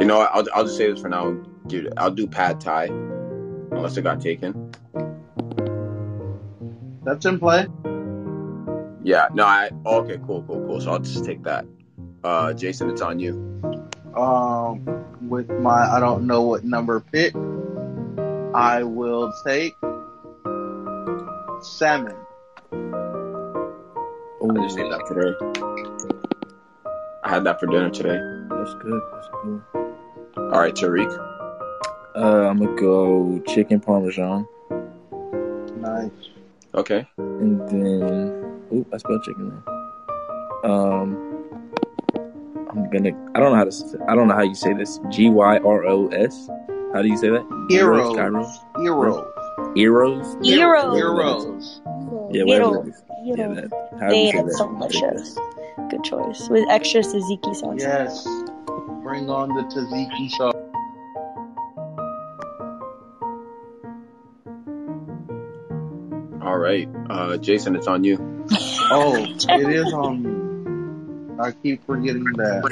You know, I'll I'll just say this for now, dude. I'll do pad thai unless it got taken. That's in play. Yeah. No. I. Okay. Cool. Cool. Cool. So I'll just take that. Uh, Jason, it's on you. Um, with my I don't know what number pick, I will take salmon. I just ate Oh, that today. I had that for dinner today. that's good. That's good. All right, Tariq. Uh, I'm gonna go chicken parmesan, Nice. Okay. and then oop, I spelled chicken wrong. Um, I'm gonna. I don't know how to. s- I don't know how you say this. G y r o s. How do you say that? Gyros, gyro, Heroes. Heroes. Hero- gyros, whatever Gyros. that is. Heroes. Yeah, whatever that Gyros. is. Yeah, Gyros. that. However you Date, say it's that, I'm gonna take that. delicious. Good choice. With extra Suzuki sauce. Yes. Bring on the tzatziki sauce. All right. Uh, Jason, it's on you. Oh, it is on me. I keep forgetting that.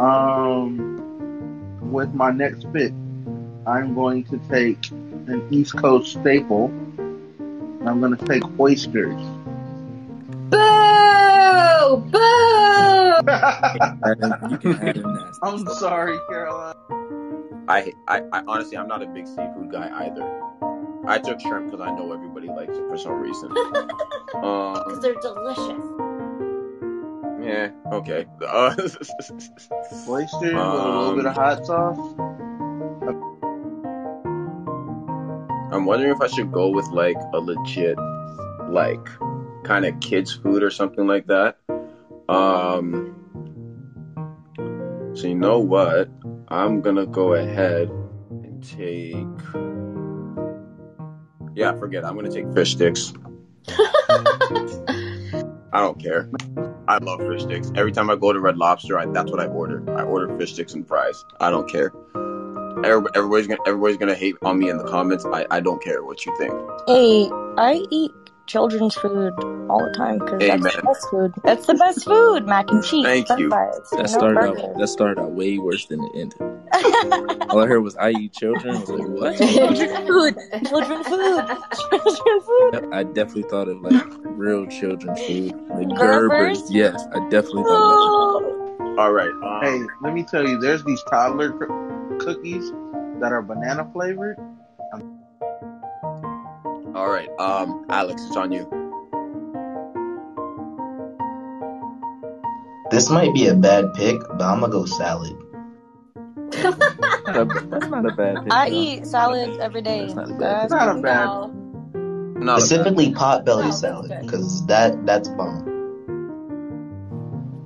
Um, with my next pick, I'm going to take an East Coast staple. I'm going to take oysters. Boo! Boo! You can have them nasty I'm stuff. sorry, Caroline. I, I, I honestly, I'm not a big seafood guy either. I took shrimp because I know everybody likes it for some reason. Because Um, they're delicious. Yeah. Okay. Uh, Oyster with a little Um, bit of hot sauce. I'm wondering if I should go with like a legit, like, kind of kids food or something like that. Um. So you know what? I'm gonna go ahead and take. Yeah, forget. it. I'm gonna take fish sticks. I don't care. I love fish sticks. Every time I go to Red Lobster, I, that's what I order. I order fish sticks and fries. I don't care. Every- Everybody's gonna everybody's gonna hate on me in the comments. I, I don't care what you think. Hey, I eat children's food all the time because that's the Amen. best food. That's the best food. Mac and cheese, Thank french you. fries, That no started out. burgers. That started out way worse than it ended. All I heard was "I eat children." I was like, "What?" Children food. Children food. Children food. Yep, I definitely thought of like real children food, like Gerbers? Gerbers. Yes, I definitely thought about that. Oh. All right. Um, Hey, let me tell you, there's these toddler cr- cookies that are banana flavored. All right. Um, Alex, it's on you. This might be a bad pick, but I'm gonna go salad. Not a- that's not a bad pick. I no. eat salads every day. That's not a bad That's pick. Not a bad. no. Not a bad. Specifically No, potbelly that's salad, good. cause that that's bomb.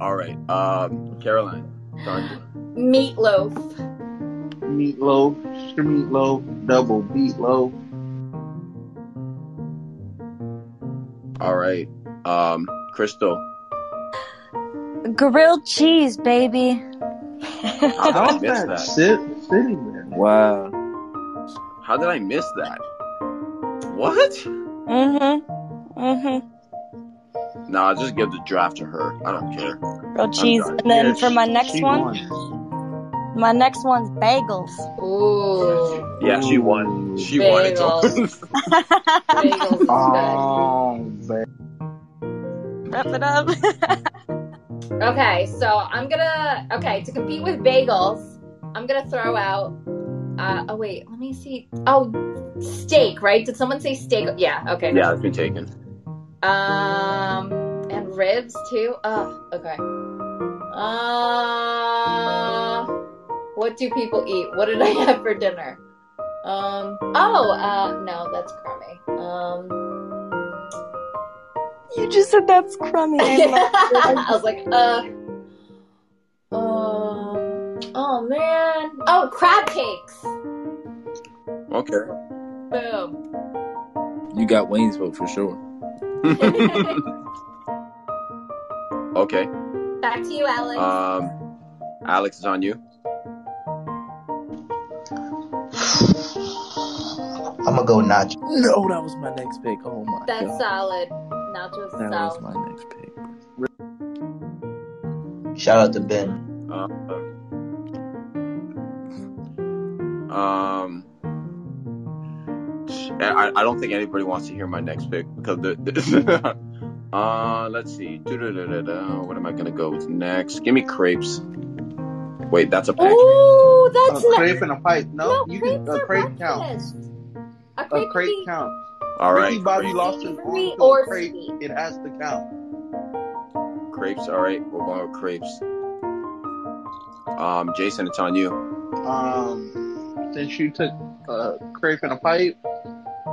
All right. Um, Caroline, it's on you. Meatloaf. Meatloaf, extra meatloaf, double meatloaf. All right. Um, Crystal. Grilled cheese, baby. How did I How's miss that, that? sit sitting there? Wow. How did I miss that? What? mm-hmm. Mm-hmm. Nah, just give the draft to her. I don't care. Grilled I'm cheese. done. And then Yeah, for my she- next she one, won. my next one's bagels. Ooh. Yeah, she won. Ooh. She won. It's on. Bagels. Bagels is good. Oh, ba- Wrap it up. Okay, so I'm gonna okay to compete with bagels. I'm gonna throw out. Uh, oh wait, let me see. Oh, steak, right? Did someone say steak? Yeah. Okay. Yeah, it's been taken. Um, and ribs too. Oh, okay. Uh, what do people eat? What did I have for dinner? Um. Oh. Uh. No, that's crummy. Um. you just said that's crummy. I love I was like, uh. Um. Oh man. Oh, crab cakes. Okay. Boom. You got Wayne's vote for sure. okay. Back to you, Alex. Uh, Um, Alex is on you. I'm gonna go nacho. No, that was my next pick. Oh my That's god, solid. Nachos that is was solid. my next pick. Shout out to Ben. Uh, um. I, I don't think anybody wants to hear my next pick because the, the uh let's see Da-da-da-da-da. what am I gonna go with next? Give me crepes. Wait, that's a pancake. Ooh, a that's not. crepe and a pipe. No, No, you can crepes a are crepe count. breakfast. A A crepe could crepe be count. All Ricky right, Bobby crepes, lost his arm savory to a or crepe. sweet. It has to count. crepes. All right, we're going with crepes. Um, Jason, it's on you. Um, since you took a crepe and a pipe,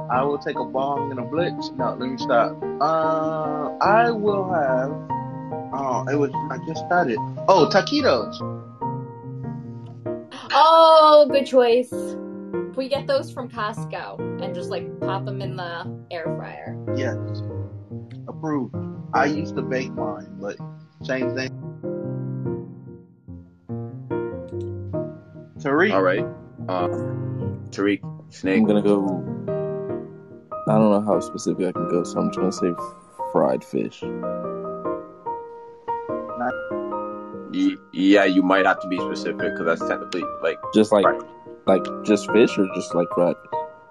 I will take a bong and a blitz. No, let me stop. Uh, I will have. Oh, it was. I just got it. Oh, taquitos. Oh, good choice. We get those from Costco and just like pop them in the air fryer. Yes, approved. I used to bake mine, but same thing. All Tariq. right, um, Tariq, I'm Snake. gonna go. I don't know how specific I can go, so I'm just gonna say fried fish. Y- yeah, you might have to be specific because that's technically like Just like, fried. like just fish or just like fried.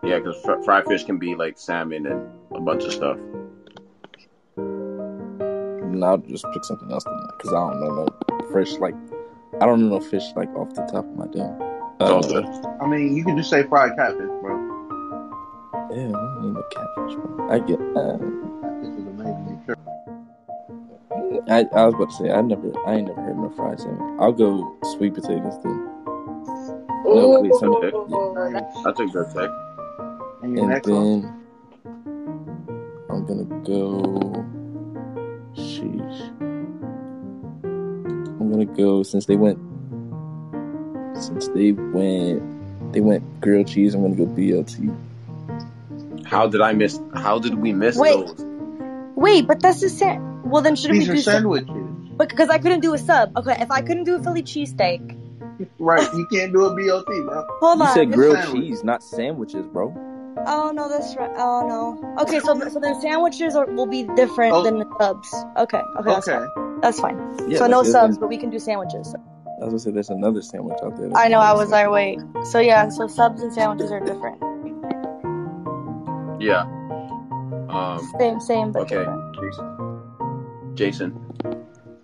Yeah, because fr- fried fish can be like salmon and a bunch of stuff. And I'll just pick something else than that because I don't know no fresh like I don't know no fish like off the top of my dome. It's all Uh, good. I mean, you can just say fried catfish, bro. yeah, I don't need no catfish. Bro. I get. Uh, This is amazing. I, I was about to say I never I ain't never heard no fried salmon. I'll go sweet potatoes then. No, wait, some- Ooh, that- I took that tech. And your And next one? then I'm gonna go sheesh. I'm gonna go since they went since they went they went grilled cheese, I'm gonna go BLT. How did I miss? How did we miss Wait. those? Wait, but that's the same. Well, then shouldn't These we are do sub? sandwiches. Because I couldn't do a sub. Okay, if I couldn't do a Philly cheesesteak, Right. You can't do a BLT, bro. hold You on. said It's grilled sandwich. cheese, not sandwiches, bro. Oh no, that's right. Oh no. Okay, so so then sandwiches are, will be different Oh. than the subs. Okay, okay, that's Okay. fine. That's fine. Yeah, so like no there's subs, an, but we can do sandwiches. I was gonna say there's another sandwich out there. That's I know. not I a was sandwich. like, wait. So yeah, so subs and sandwiches are different. Yeah. Um. Same, same, but Okay. different. Jason. Jason.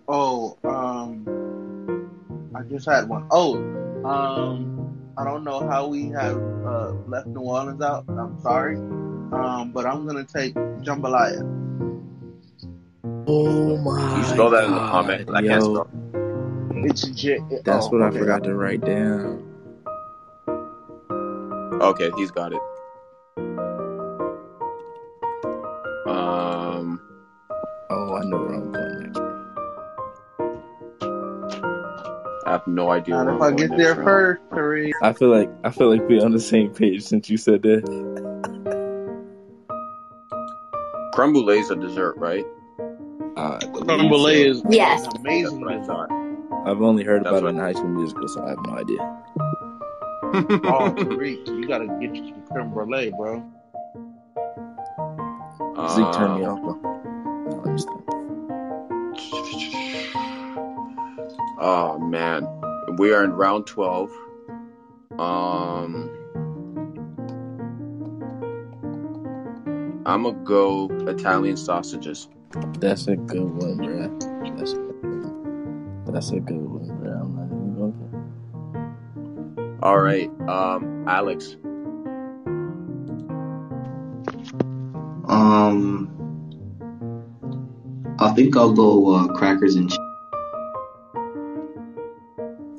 Oh, um, I just had one. Oh, um, I don't know how we have uh, left New Orleans out. I'm sorry. Um, but I'm gonna take jambalaya. Oh You my spell that in the comment god, because I can't yo, spell. It's J. that's Oh, what I okay. forgot to write down. Okay, he's got it. Um. Oh, I know where I'm going next. I have no idea Not where if I'm I going get next there round. first, Tariq. I feel like I feel like we're on the same page since you said that. Creme brulee is a dessert, right? I Creme believe brulee so. is It's Yes. an That's amazing what I dessert. thought. I've only heard That's about it what. in High School Musical, so I have no idea. Oh, Tariq, you gotta get you some creme brulee, bro. Zeke turned me um. off, bro. No, I'm just kidding. Oh man, we are in round twelve. Um. I'm gonna go Italian sausages. That's a good one, bro. That's a good one. That's a good one, bro. I'm not even going All right, um, Alex. Um, I think I'll go uh, crackers and cheese.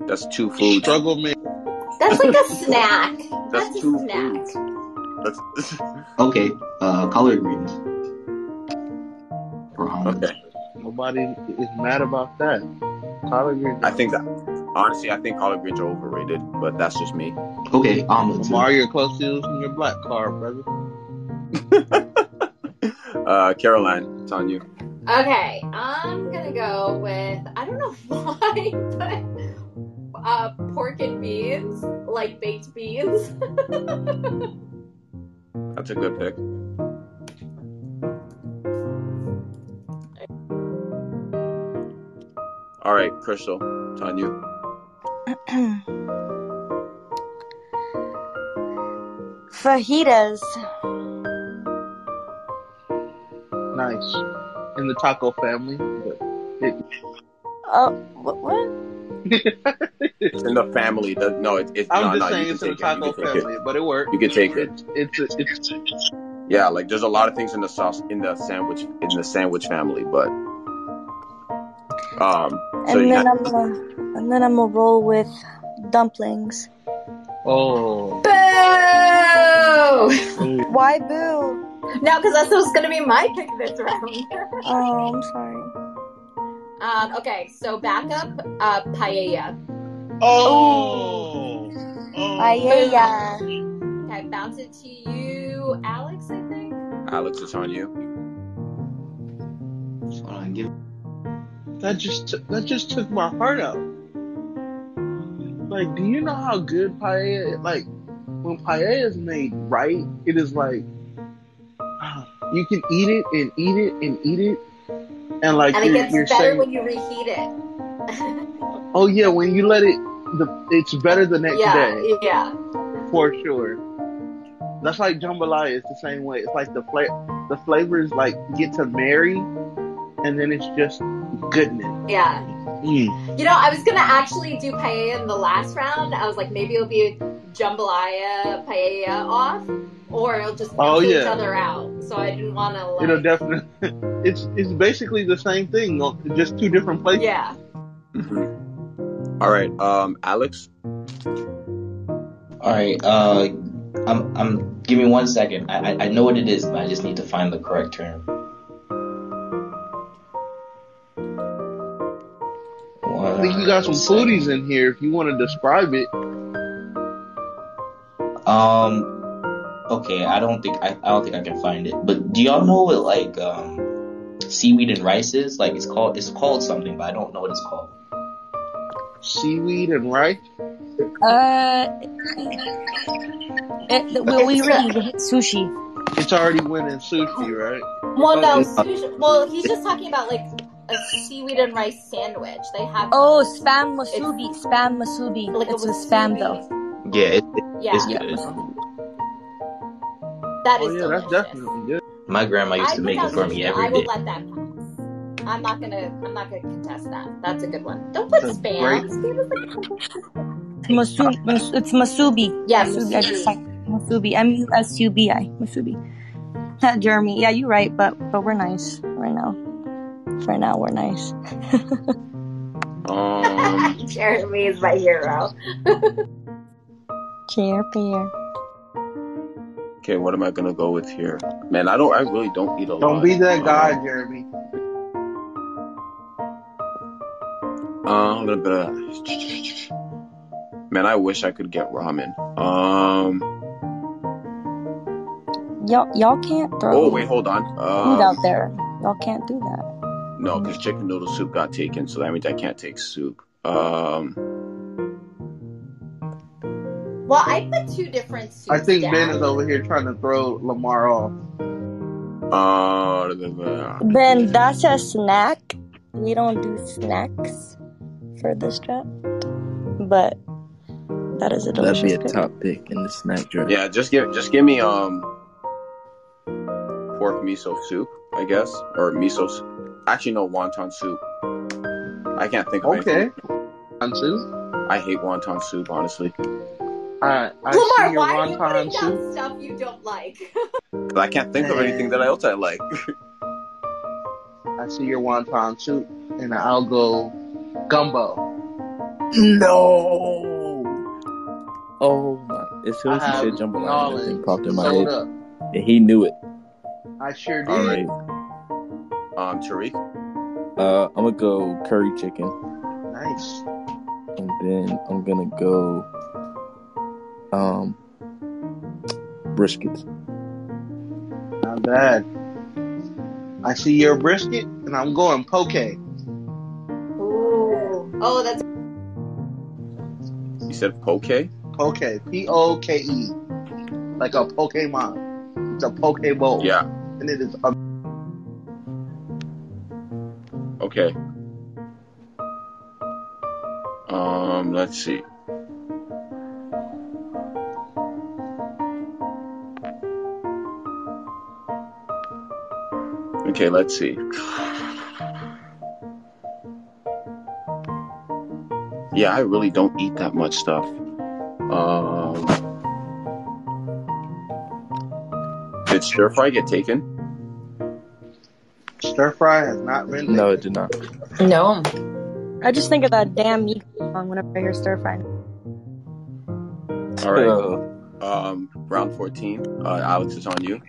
That's two foods. Struggle me. That's like a snack. That's That's a two snack. foods. That's Okay, uh, collard greens or okay. hummus. Nobody is mad about that. Collard greens I are think that honestly, I think collard greens are overrated, but that's just me. Okay, omelet too. Lamar, you're close to losing your black card, brother. Uh, Caroline, it's on you. Okay, I'm gonna go with I don't know why, but uh, pork and beans, like baked beans. That's a good pick. All right, Crystal, it's on you. Fajitas. Nice. In the taco family. But it, Oh, what? What? It's in the family. That, no, it's it's I'm no, just no. saying You can it's in the take it. You taco can take it. family, but it worked. You can take it. It's it's a, it's Yeah, like there's a lot of things in the sauce in the sandwich in the sandwich family, but um. So And you're then not I'm gonna, and then I'm gonna roll with dumplings. oh Boo! Ooh, Why boo? No, because that's what's gonna be my pick this round. Oh, I'm sorry. um, okay, so back up, uh, paella. oh, Oh, oh. Boom. paella. Okay, bounce it to you, Alex. I think. Alex. It's on you. Hold on, give that just took that just took my heart out. Like, do you know how good paella like when paella is made right, it is like you can eat it and eat it and eat it and like And it you're gets you're better saying when you reheat it. Oh yeah, when you let it, the it's better the next yeah, day yeah. for sure. That's like jambalaya. It's the same way. It's like the fla- the flavors like get to marry, and then it's just goodness. Yeah. Mm. You know, I was gonna actually do paella in the last round. I was like, maybe it'll be a jambalaya paella off, or it'll just Oh, cancel each yeah. other out. So I didn't want to. Like, It'll definitely. It's it's basically the same thing, just two different places. Yeah. All right, um, Alex. All right. Uh, I'm. I'm. Give me one second. I, I. I know what it is, but I just need to find the correct term. I think you got some foodies in here. If you want to describe it, Um. Okay. I don't think. I. I don't think I can find it. But do y'all know what like um, seaweed and rice is? Like it's called. It's called something, but I don't know what it's called. seaweed and rice. Uh, it, well, we already hit sushi. It's already winning Oh, sushi, right? Well, no. Oh, sushi- well, he's just talking about like a seaweed and rice sandwich. They have. Oh, spam masubi, spam masubi. it's with spam though. Yeah. It, it, Yeah. It's Yeah. good. That is. Oh, yeah, delicious. that's definitely good. My grandma used I to put make down it for me sushi, but every I will day. let that pass. I'm not gonna. I'm not gonna contest that. That's a good one. Don't put It's a spam. great- Spam is like. Masu, mas, it's masubi. Yeah, masubi. I just masubi. typed masubi. M U S U B I. Masubi. Not Jeremy. Yeah, you're right, but but we're nice right now. Right now, we're nice. Um, Jeremy is my hero. Care, bear. okay, what am I gonna go with here? Man, I don't. I really don't eat a lot. Don't be that guy, Um, Jeremy. Uh, a little bit of. Man, I wish I could get ramen. Um. Y'all, y'all can't Oh throw wait, hold on. food out Um. there. Y'all can't do that. No, because chicken noodle soup got taken, so that means I can't take soup. Um. Well, I put two different soups I think down. Ben is over here trying to throw Lamar off. Uh. blah, blah, blah. Ben, that's a snack. We don't do snacks for this draft, but that is a That'd be delicious a pick. top pick in the snack draft. Yeah, just give just give me um pork miso soup, I guess, or miso. s- Actually, no, wonton soup. I can't think of anything. Okay. Wonton. I hate wonton soup, honestly. I, I see Lamar, your why are you wonton putting soup. down stuff you don't like? 'Cause I can't think of anything that I else I like. I see your wonton soup, and I'll go gumbo. No. Oh my! As soon I as he have said jambalaya, that knowledge thing popped in my sold head, up. and he knew it. I sure did. All right, Right. um, Tariq. Uh, I'm gonna go curry chicken, Nice. and then I'm gonna go um briskets. Not bad. I see your brisket, and I'm going poke. Ooh. Oh, that's You said poke. Poke. P O K E. Like a Pokemon. It's a poke bowl. Yeah. And it is. A- Okay. Um, let's see. Okay, let's see. Yeah, I really don't eat that much stuff. Um, did stir fry get taken? Stir fry has not been. No, it Naked. did not. No. I just think of that damn meat song whenever I hear stir fry. All right. Uh, Um, round fourteen. Uh, Alex is on you.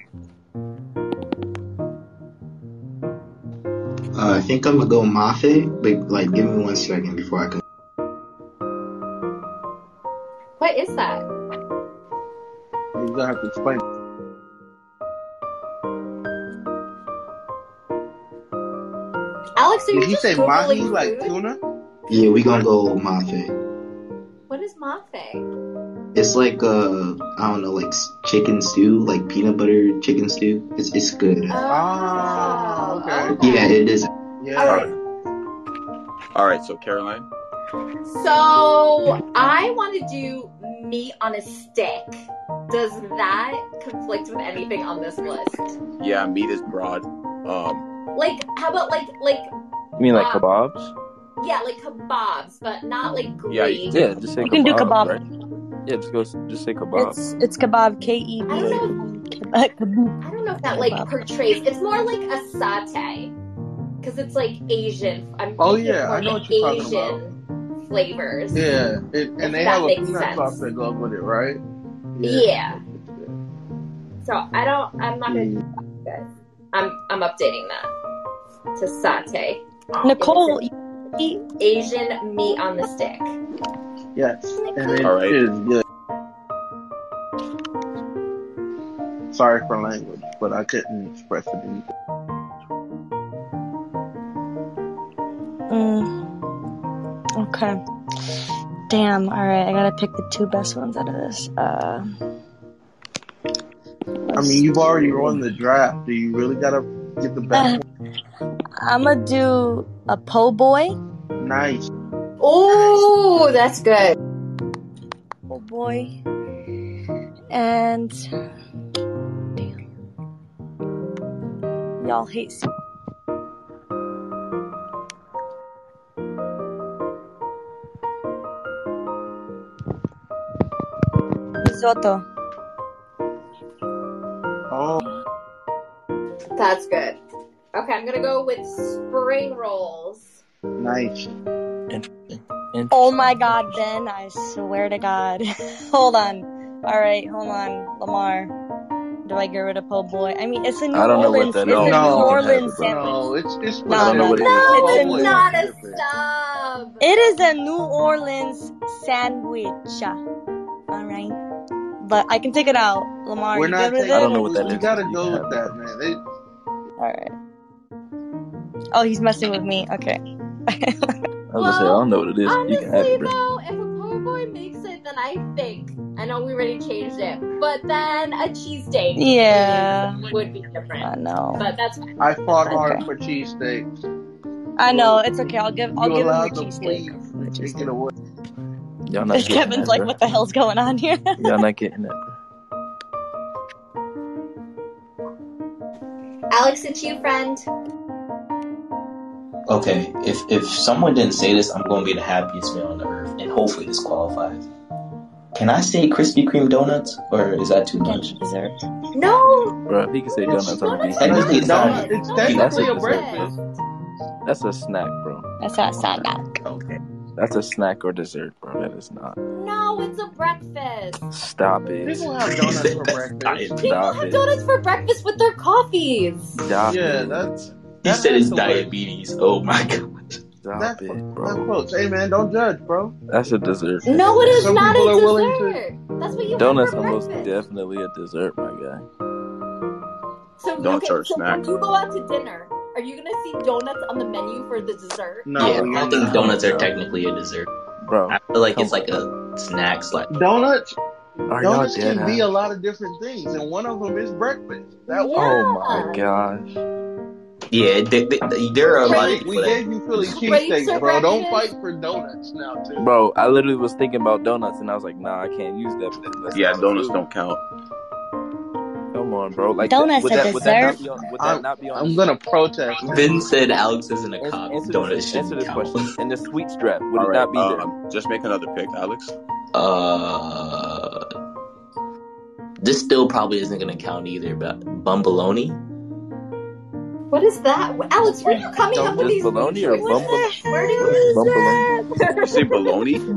Uh, I think I'm gonna go mafe, but like, give me one second before I can. what is that? You're gonna have to explain. Alex, are you Did he just say mahi googling like food? tuna? Yeah, we gonna go mafe. What is mafe? It's like uh, I don't know, like s- chicken stew, like peanut butter chicken stew. It's it's good. Ah, Oh, okay. Yeah, it is. All Yeah. right. All right. So Caroline. So I want to do meat on a stick. Does that conflict with anything on this list? Yeah, meat is broad. Um, Like, how about like like you mean like uh, kebabs? yeah, like kebabs, but not like Greek. yeah, you can take. Yeah, just say You can do kebabs, kebab. right? Yeah, just go. Just say kebabs. It's it's kebab. K E I don't B know. A B. I don't know if that like portrays. It's more like a satay because it's like Asian. I'm Oh, thinking yeah, more I know like what you're talking Asian flavors. Yeah, it, If and they that have a makes peanut sense. sauce that goes with it, right? Yeah. So I don't. I'm not gonna. Guys, I'm I'm updating that to satay. Nicole, Asian meat on the stick. Yes, and it is All right. good. Sorry for language, but I couldn't express it. Anymore. Mm. Okay. Damn. All right. I gotta pick the two best ones out of this. Uh, I mean, you've already won the draft. Do you really gotta get the best? I'm gonna do a po' boy. one? Nice. Oh, that's good. Po' Oh, boy. Mm. And damn, y'all hate. s- Risotto. Oh, That's good. Okay, I'm gonna go with spring rolls. nice. Interesting. Oh my god, Ben, I swear to god. hold on. Alright, hold on. Lamar. Do I get rid of po' boy? I mean it's a New I don't know what Orleans that it's is. a New Orleans sandwich. No, it's it's. No, you can have it, bro. No, I don't know no, what it no. It's Oh, is. a boy, New Not a it's different. sub. it is a New Orleans sandwich. Alright. But I can take it out. Lamar, We're you good not with taking. I don't know it? what we, that we is, gotta but you go can with have it. that, man. They, Alright. Oh he's messing with me. Okay. I was gonna say I don't know what it is, but you can have Honestly, it, bro. though, if a po' boy makes it, then I think I know we already changed it, but then a cheesesteak Yeah. is would be different. I know. But that's fine. I That's fought fine. hard Okay. for cheesesteaks. I know, You it's okay. I'll give I'll you give him the allowed the cheesesteak. fleas The to take it cheesesteak. away. Y'all not getting Kevin's that, like, bro. what the hell's going on here? Y'all not getting that, bro. Alex, it's you, friend. Okay, if if someone didn't say this, I'm gonna be the happiest man on the earth, and hopefully this qualifies. Can I say Krispy Kreme donuts, or is that too That's much? dessert. No, Bro, if he could say It's donuts, I'm gonna donuts are be happy. Technically, it's not. donuts. breakfast. Donuts It's That's are a technically a dessert, bro. breakfast. breakfast. That's a snack, bro. That's not snack. Okay. That's a snack or dessert, bro. That is not. No, it's a breakfast. Stop it. People have he donuts said for that's not breakfast. it. People Stop have it. donuts for breakfast with their coffees. Stop Yeah, it. that He that said has it's to work. diabetes. Oh my god. Stop That it, that bro. folks. Hey man, don't judge, bro. That's a dessert. No, it is Some not people a are willing to. dessert. That's what you have Donuts for are most breakfast. definitely a dessert, my guy. So Don't okay, charge so when snack. you go out to dinner, are you gonna see donuts on the menu for the dessert? Oh, Yeah, No, I you're don't think not. Come donuts on, are bro. technically a dessert. I Bro, feel like come it's like on. a snack slash. Donuts Are y'all donuts dead can be a ass? lot of different things, and one of them is breakfast. That Oh works. my Yeah. gosh. Yeah, they, they, they- there are a lot Crepes Cheesesteak. of people We that. gave you Philly crepes cheesesteak, are bro. Don't breakfast. fight for donuts now, too. Bro, I literally was thinking about donuts and I was like, nah, I can't use that because that's Yeah, not a donuts food. don't count. Come on, bro. Like that Donuts would a that would that not dessert? be on would that I'm not be on the I'm sweet gonna protest this. Vin said Alex isn't a Ans- cop. answer this Donuts answer shouldn't this count. question. In the sweets draft, would All it right, not be there? um, just make another pick, Alex. Uh, this still probably isn't gonna count either. But bumbaloni. What is that, Alex? Where are you coming up with these Donuts. Is bologna or choices? What bum the Where do what you is hell bum bologna? is Did you that? say baloney?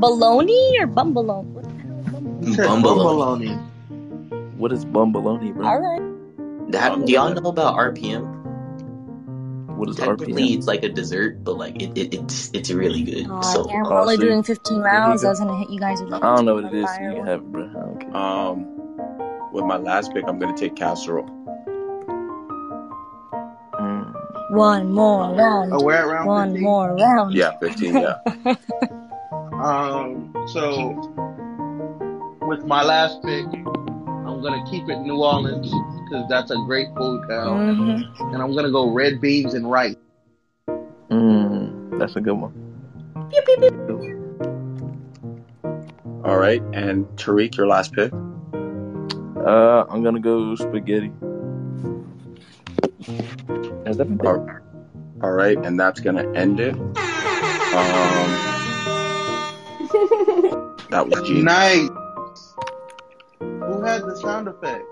Bologna or bumbalone? What the hell is bumbalone? He said bumbaloni. Bumbaloni. um, What is bum bologna, bro? All right. I That don't know do what y'all that know about RPM? What is Technically, RPM? it's like a dessert, but like it, it it's it's really good. Aw, So damn, we're Oh, only so doing 15 here you rounds. I go. was gonna hit you guys with I like don't know two what it on is, so fire. you can One. have it, bro. I don't care. Um, with my last pick, I'm gonna take casserole. Mm. One more Oh, round. we're at round One fifteen. more round. Yeah, 15. Yeah. Um, so with my last pick, I'm gonna keep it New Orleans because that's a great food town, hmm and I'm gonna go red beans and rice. Mm. That's a good one. Pew, pew, pew. That's a good one. All right, and Tariq, your last pick. Uh, I'm gonna go spaghetti. Has that been All, picked? all right, and that's gonna end it. Um, that was G. Nice. Who had the sound effect?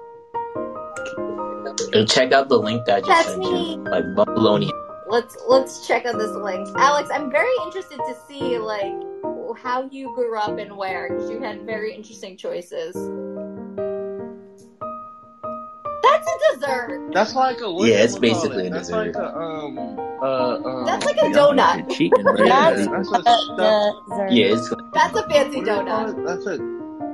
And check out the link that I just That's sent me. you. Like Buffalonian. Let's let's check out this link, Alex. I'm very interested to see like how you grew up and where because you had very interesting choices. That's a dessert. That's like a what Yeah, it's you would call basically it? a That's dessert. like a um uh, um That's Oh, like a donut. cheating, right? That's Yeah, That's a stuff. Yeah, it's That's a fancy What do you call donut. it? Uh, That's a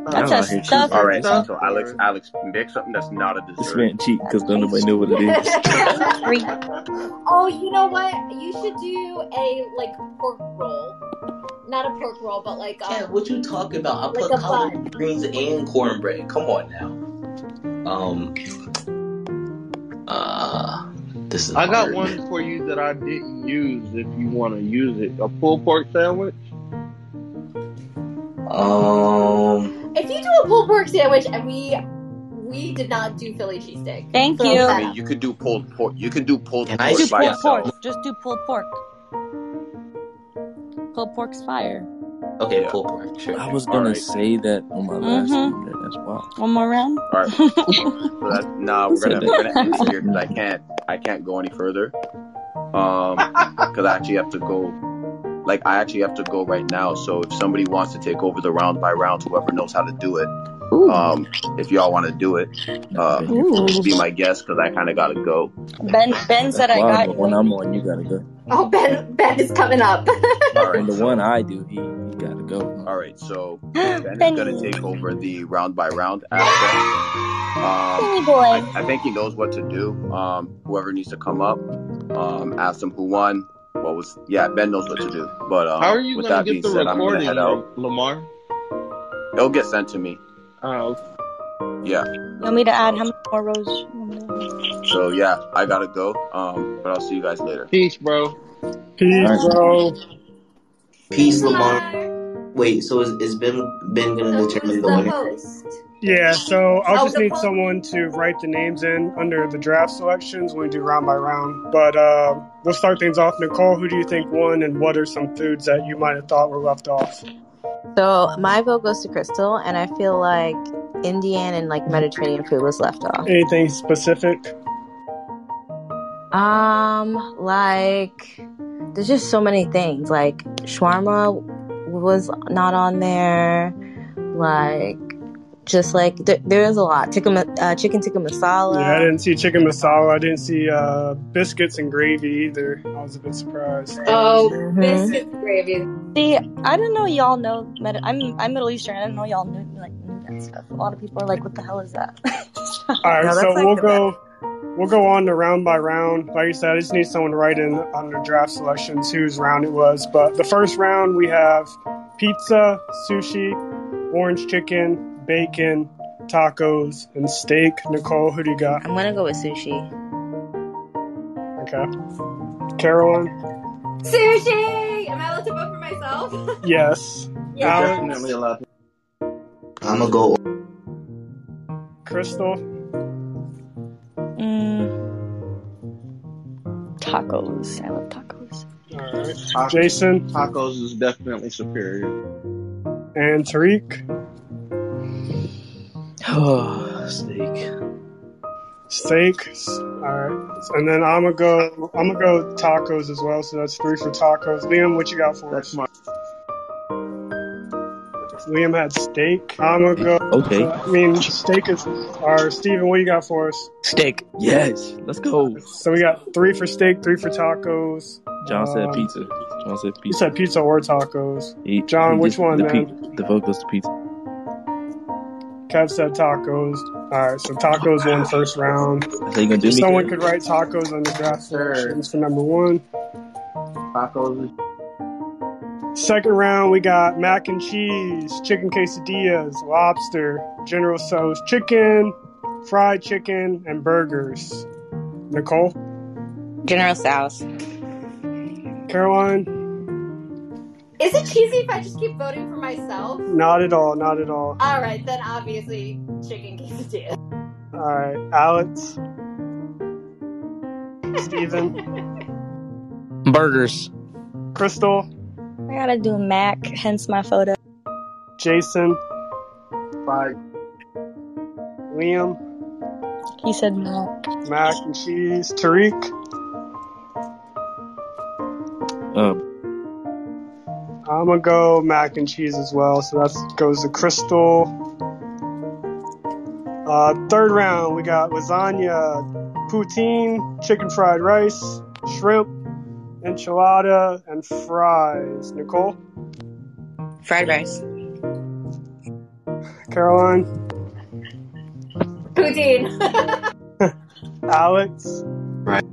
That's a I'm out here cheating. stuff. All right, Stuff so Alex, or- Alex, make something that's not a This dessert. man cheat because don't nobody know what it is. Three. oh, you know what? You should do a like pork roll, not a pork roll, but like Cat, um, what you talking about? I Like put a collard greens and cornbread. Come on now. Um. Uh. This is I got hard. one for you that I didn't use. If you want to use it, a pulled pork sandwich. Um. if you do a pulled pork sandwich and we we did not do Philly cheesesteak. Thank Throw you. I that mean, up. you could do pulled pork. You could do pulled Can I Just pork do by Yeah, pulled pork. itself. so- Just do pulled pork. Pulled pork's fire. Okay, Yeah. pulled pork. Sure. I was All gonna right. say that on my last Mm-hmm. one. but That's wild. One more round. All right. So that's nah. Who We're said gonna we're gonna that? Who end said here because I that? can't I can't go any further. Um, because I actually have to go. Like I actually have to go right now. So if somebody wants to take over the round by round, whoever knows how to do it, Ooh. um, if y'all want to do it, Never uh, been here Ooh. before. be my guest because I kind of gotta go. Ben Ben That's said I wild. got But you when when I'm you on, you gotta go. Oh, Ben Ben is coming up. All On right. the So one I do, he he gotta go. all right. So Ben is gonna Benny. take over the round by round aspect. Um, Benny I, boy. I think he knows what to do. Um, whoever needs to come up, um, ask them who won, what was. Yeah, Ben knows what to do. But How um, are you with gonna that get being the said, I'm gonna head recording, out. Lam- Lamar? It'll get sent to me. Oh, Yeah. You want me to add So how many more rows? you want me to add? so yeah, I gotta go. Um, but I'll see you guys later. peace, bro. All Peace, right. All bro. right. Peace, Peace, Lamar. Lamar. Wait, so is, is Ben Ben gonna So who's determine the the winner? host? Yeah, so I'll Oh, just the need poll. someone to write the names in under the draft selections when we do round by round. But uh, we'll start things off. Nicole, who do you think won, and what are some foods that you might have thought were left off? So my vote goes to Crystal, and I feel like Indian and like Mediterranean food was left off. Anything specific? Um, like there's just so many things. Like shawarma was not on there. Like just like there, there is a lot. Tikka, uh, chicken tikka Yeah, I uh, masala. didn't see chicken masala. I didn't see uh, biscuits and gravy either. I was a bit surprised. Oh, Mm-hmm. hmm biscuits and gravy. See, I don't know. Y'all know. Med- I'm I'm Middle Eastern. I don't know. Y'all knew like knew that stuff. A lot of people are like, "What the hell is that?" All right, No, that's so like we'll the best. go. We'll go on to round by round. Like you said, I just need someone to write in under draft selections whose round it was. But the first round we have pizza, sushi, orange chicken, bacon, tacos, and steak. Nicole, who do you got? I'm gonna go with sushi. Okay, Caroline. Sushi. Am I allowed to vote for myself? Yes. You're yes. Alex, definitely allowed. To- I'm gonna go. Crystal, mm, tacos. I love tacos. all right, Ta- Jason, tacos is definitely superior. and Tariq. Oh, steak. Steak. s- All right, and then I'm gonna go. I'm gonna go tacos as well. So that's three for tacos. Liam, what you got for That's us? my. Liam had steak. I'm gonna go. Okay. I mean, steak is. Or Steven, what you got for us? Steak. Yes. Let's go. So we got three for steak, three for tacos. John said Um, pizza. John said you pizza. said pizza or tacos. He he John, which gets one, the pe- man? the vote goes to pizza. Kev said tacos. All right, so tacos won first round. That's how you gonna do If me, someone Kev? could write tacos on the Yes, draft sir. selections for number one. Tacos is. Second round, we got mac and cheese, chicken quesadillas, lobster, General So's chicken, fried chicken, and burgers. Nicole, General Tso's. Caroline, Is it cheesy if I just keep voting for myself? not at all, not at all. All right, then obviously chicken quesadilla. All right, Alex, Steven, Burgers. Crystal, I gotta do Mac. Hence my photo. Jason, Fried Liam, He said no. Mac and cheese. Tariq. Um, I'm gonna go mac and cheese as well. So that goes to Crystal. Uh, third round, we got lasagna, poutine, chicken fried rice, shrimp, enchilada, and fries. Nicole, Fried rice. Caroline, Poutine. Alex, Right.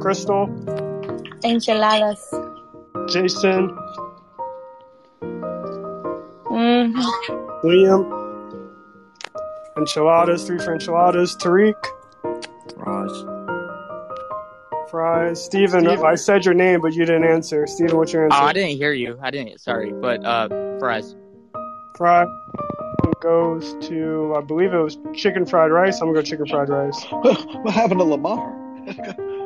Crystal, Enchiladas. Jason, hmm Mm. Liam, enchiladas, three for enchiladas, Tariq, fries. fries, Steven. I said your name, but you didn't answer. Steven, what's your Oh, answer? I didn't hear you. I didn't. Sorry, but uh, fries. Fry goes to, I believe it was chicken fried rice. I'm gonna go chicken fried rice. what happened to Lamar?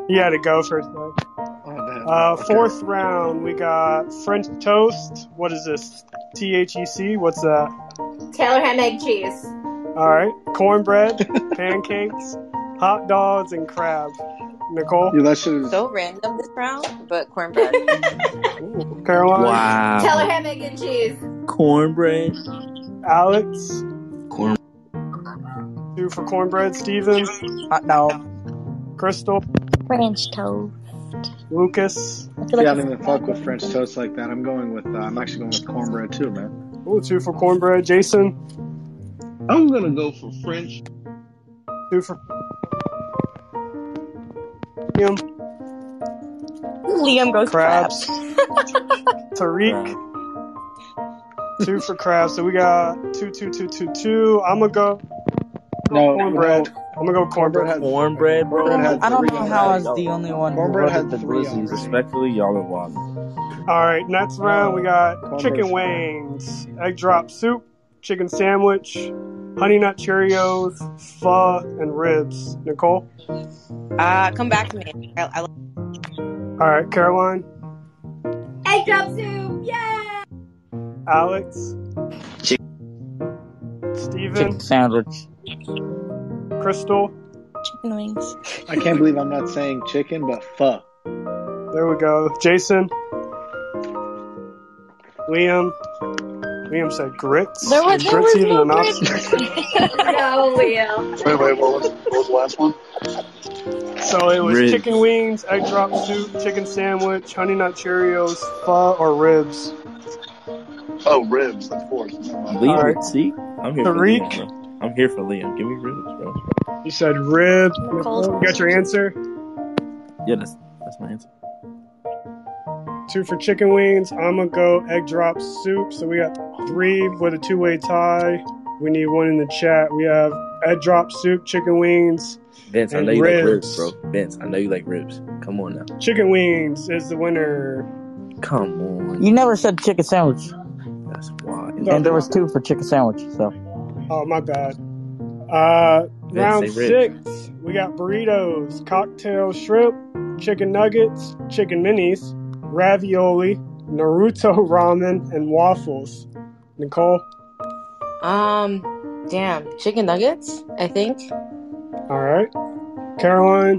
He had to go for a sec. Oh, damn. Uh, Okay. fourth round, we got French toast. What is this? T H E C. What's that? Taylor ham egg cheese. All right, cornbread, pancakes, hot dogs, and crab. Nicole, Yeah, that shit is. So random this round, but cornbread. Ooh. Caroline, Um, Taylor Wow. ham egg and cheese. Cornbread. Alex, Corn. two for cornbread. Steven, Hot dog. Crystal, French toast. Lucas. I feel Yeah, like I it's don't a even bad fuck with one. French toast like that. I'm going with. Uh, I'm actually going with cornbread too, man. Ooh, two for cornbread. Jason, I'm gonna go for French. two for Liam, Liam goes crabs. crabs. Tariq, Crab. two for crabs. So we got two, two, two, two, two. I'm gonna go go No, cornbread. no. I'm gonna go Cornbread cornbread. had Cornbread, cornbread bro. had I don't three know how I already. Guys, was the y'all, only one who Cornbread voted had the three Blues. already. respectfully, y'all are wilding. All right, next round we No, got cornbread's chicken fire. wings, egg drop soup, chicken sandwich, honey nut Cheerios, pho, and ribs. Nicole. Uh, come back to me. I, I like All right, Caroline, Egg drop soup. Yeah. Alex, Chick- Steven, Chicken sandwich. Crystal. Chicken wings. I can't believe I'm not saying chicken, but fuck. There we go. Jason, Liam. Liam said There grits. was Is there grits was even no an grits. option? No, Leo. Wait, wait, what was, what was the last one? So it was chicken Ribs. wings, egg drop soup, chicken sandwich, honey nut Cheerios, pho, or ribs. Oh, ribs, of course. Never mind. Uh, All Liam, right, see? I'm here for Tariq, Liam, bro. I'm here for Liam. Give me ribs, bro. you said rib. Nicole's Nicole, you got your answer. answer. Yeah, that's that's my answer. Two for chicken wings. I'm gonna go egg drop soup. So we got three with a two way tie. We need one in the chat. We have egg drop soup, chicken wings, Vince, I know and you like ribs, ribs. bro. Vince, I know you like ribs. Come on now. Chicken wings is the winner. Come on. You never said chicken sandwich. That's wild. No, And there was two for chicken sandwich, so. oh my bad. Uh, Vince, round say ribs. six, we got burritos, cocktail shrimp, chicken nuggets, chicken minis, ravioli, Naruto ramen, and waffles. Nicole, Um, damn, chicken nuggets. I think. all right. Caroline,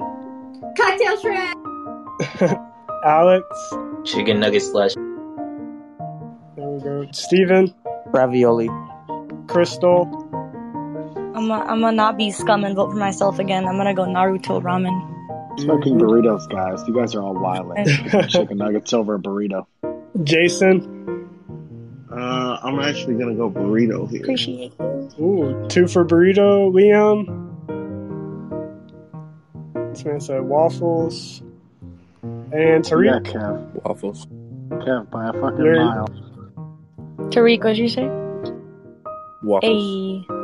Cocktail shrimp. Alex, Chicken nugget slash. there we go. Steven, Ravioli. Crystal, I'm a, I'm a not be scum and vote for myself again. I'm gonna go Naruto ramen. It's fucking mhm, burritos, guys. You guys are all wilding. Picking chicken nuggets over a burrito. Jason. Uh, I'm actually gonna go burrito here. Appreciate you. Ooh, two for burrito. Liam, this man said waffles. And Yeah, Tariq, Kev. Waffles. Kev by a fucking you're mile. Tariq, what'd you say? Waffles. Hey.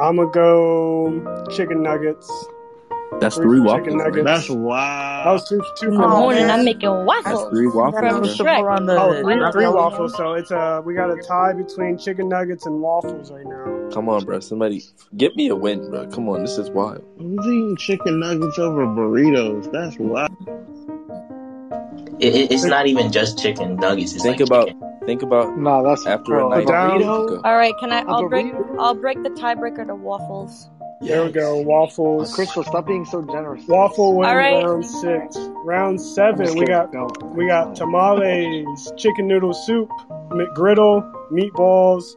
I'm gonna go chicken nuggets. That's Three three for chicken waffles, man. That's nuggets. That wow. was two, two for In the Oh, morning, waffles. I'm man. making That's waffles three That waffles, from was bro. the Shrek. one Oh, that three three ravioli waffles. one. So it's uh we got a tie between chicken nuggets and waffles right now. Come on, bro. Somebody get me a win, bro. Come on, this is wild. Who's eating chicken nuggets over burritos? That's wow. It, it, it's Think- not even just chicken nuggets. It's Think like about chicken. Think about no, that's after bro, a night. down. All right, can I? A I'll break. I'll break the tiebreaker to waffles. There we go. Waffles. Crystal, stop being so generous. Waffle went All right. round six. Round seven, just we got kidding. we got tamales, chicken noodle soup, McGriddle, meatballs,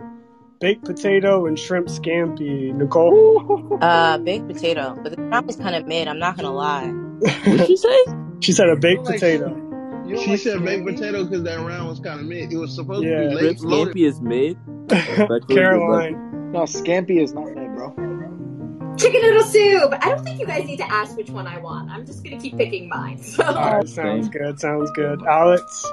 baked potato, and shrimp scampi. Nicole, Uh, baked potato, but the round was kind of mid. I'm not gonna lie. what she say? She said a baked like- potato. she said baked potato because that round was kind of mid. It was supposed to Yeah. be Shrimp late, loaded. scampi is mid. Respectfully, good luck. Caroline. No, scampi is not mid, bro. Chicken noodle soup. I don't think you guys need to ask which one I want. I'm just gonna keep picking mine. So. All right, sounds good. Sounds good. Alex.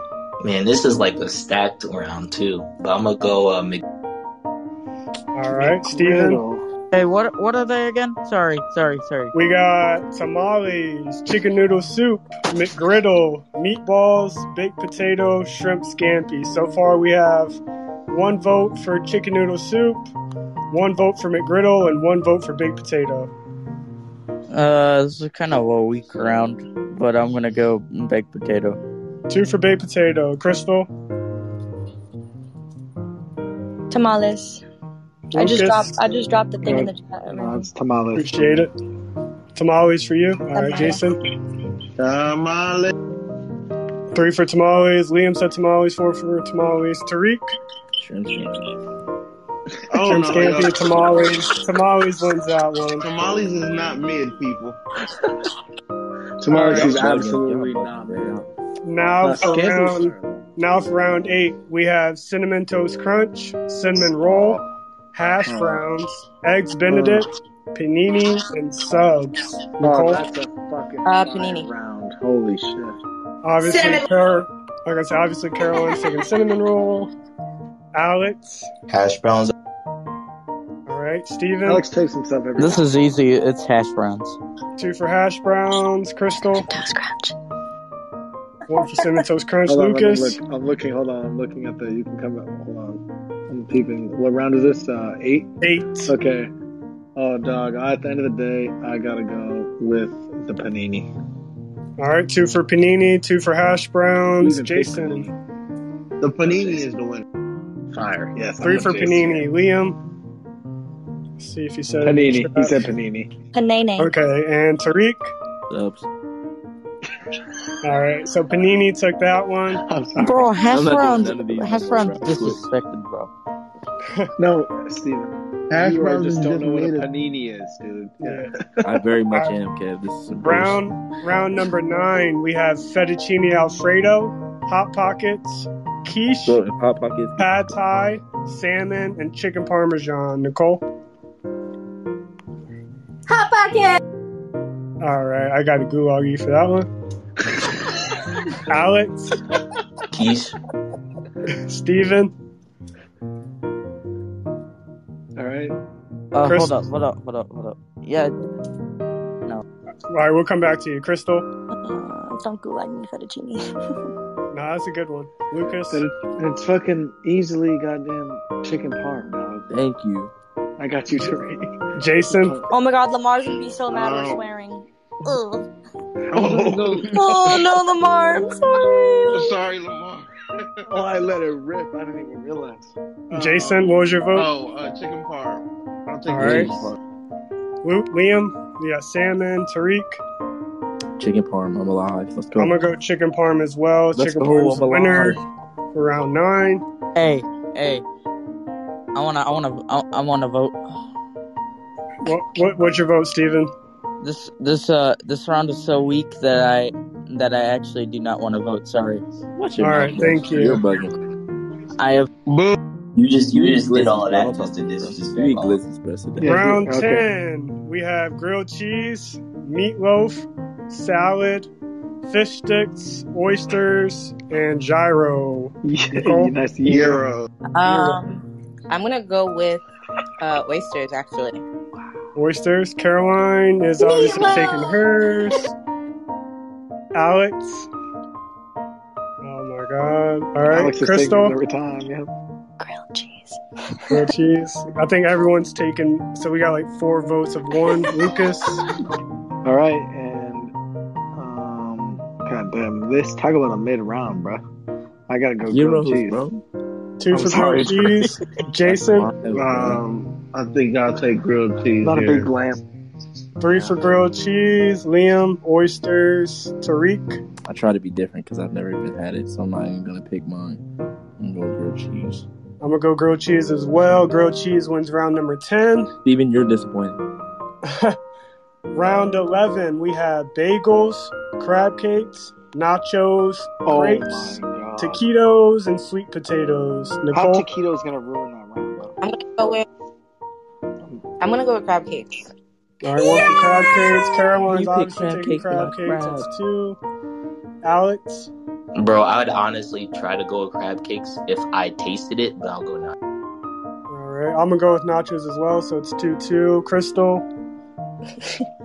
Man, this is like a stacked round too. But I'm gonna go. Uh, Mc- All right, Steven. Hey, what what are they again? Sorry, sorry, sorry. We got tamales, chicken noodle soup, McGriddle, meatballs, baked potato, shrimp scampi. So far, we have one vote for chicken noodle soup, one vote for McGriddle, and one vote for baked potato. Uh, this is kind of a weak round, but I'm gonna go baked potato. Two for baked potato. Crystal, Tamales. I just dropped. Lucas, I just dropped the thing in the Good. chat. No, Amanda. it's tamales. appreciate it. Tamales for you. All right, Tamales. Jason. Uh, Tamale. Three for tamales. Liam said tamales. Four for tamales. Tariq, Shrimp scampi. Oh shrimp no, scampi, yo. tamales. Tamales wins that one. tamales is not mid, people. All Uh, Tamales right. Y'all is bugging. Y'all absolutely not bugging, mid. bro. Now No, for scampi. round now for round eight, we have cinnamon toast crunch, cinnamon roll, Oh, hash oh, browns, eggs oh, benedict, panini, and subs. oh, Nicole, that's a fucking Uh, fire panini. round. Holy shit. obviously, Cinnamon. Car- like I said, obviously Caroline's taking cinnamon roll. Alex, hash browns. all right, Steven, Alex tapes himself every This round. is easy. It's hash browns. two for hash browns, Crystal, Toast crunch. one for cinnamon toast crunch, Hold on, let me look. Lucas. I'm looking. Hold on, I'm looking at the. You can come up. Hold on. I'm peeping. What round is this? Uh, eight. Eight. Okay. Oh, dog. At the end of the day, I gotta go with the panini. All right, two for panini, two for hash You browns, even pick Jason. panini. The Go, panini is Jason. the winner. Fire. Yes, I'm Three with for Jason. panini, Liam. See if he said it in the Panini. He chat. said panini. Panene. Okay, and Tariq. Subs. All right, so Panini took that one. I'm sorry. Bro, I'm hash not doing browns, none of these no hash more, bro. browns I quit. disrespected, bro. No, Steven. Hash You are browns just is don't just know what a mid. panini is, dude. Yeah. Yeah. I very All much right, am, Kev. This is some bullshit. round round number nine. We have fettuccine alfredo, hot pockets, quiche, Bro, in Hot Pockets, pad thai, salmon, and chicken parmesan. Nicole. Hot pocket. All right, I got to gulag you for that one. Alex, Quiche. Uh, Steven, All right. Uh, hold Chris. up, hold up, hold up, hold up. Yeah, no. All right, we'll come back to you, Crystal. Uh, don't gulag me, No, fettuccine. that's a good one, Lucas. But it, it's fucking easily goddamn chicken parm, dog. thank you. I got you, Tariq. Chicken Jason. parm. oh my God, Lamar's gonna be so mad. We're Oh, swearing. Ugh. I was gonna go. oh Oh no, Lamar! I'm sorry. sorry, Lamar. Oh, I let it rip. I didn't even realize. Uh, Jason, what was your vote? oh, uh, chicken parm. I'll All take the right, Chicken chicken parm. parm. Lu Liam. You got salmon, Tariq. Chicken parm. I'm alive. Let's I'm gonna go. go chicken parm as well. Let's Chicken go. parm's I'm the alive. winner for round nine. Hey, hey, I wanna, I wanna, I, I wanna vote. What, what what's your vote, Steven? This, this, uh, this round is so weak that I, that I actually do not want to vote. Sorry. Watch your All mouth, right, bro. thank You're you. bugging. I have. Boom. You just you You eat just did glizzies, all of bro. that Hot just to Pockets, bro. You disrespect eat all. glizzies, bro. Sit Yeah. down. He, Round okay. ten, we have grilled cheese, meatloaf, salad, fish sticks, oysters, and gyro. Yeah, Nicole, that's gyro. Euro. gyro, Um, I'm gonna go with uh oysters actually. oysters. Caroline is obviously taking Meatloaf. hers. Alex. Oh my God! All right, Alex is taking it Crystal. every time. Yeah. Grilled cheese. Grilled cheese. I think everyone's taken. So we got like four votes of one. Lucas. All right. And um, goddamn, this talk about a mid round, bro. I gotta go grilled Euros, cheese. bro. Two for grilled cheese. Jason. Uh, Um, I think I'll take grilled cheese. Not a here. big Three for grilled cheese. Liam, oysters. Tariq. I try to be different because I've never even had it, so I'm not even gonna pick mine. I'm gonna go grilled cheese. I'm gonna go grilled cheese as well. Grilled cheese wins round number ten. Steven, you're disappointed. Round eleven, we have bagels, crab cakes, nachos, Oh my grapes, taquitos, and sweet potatoes. How Nicole, taquito is gonna ruin that round? I'm gonna Oh, go with. I'm gonna go with crab cakes. All right, one for crab cakes. Caroline's You pick obviously crab taking cakes, crab not cakes. crab. That's two. Alex, Bro, I would honestly try to go with crab cakes if I tasted it, but I'll go not. all right. I'm gonna go with nachos as well, so it's two two. Crystal,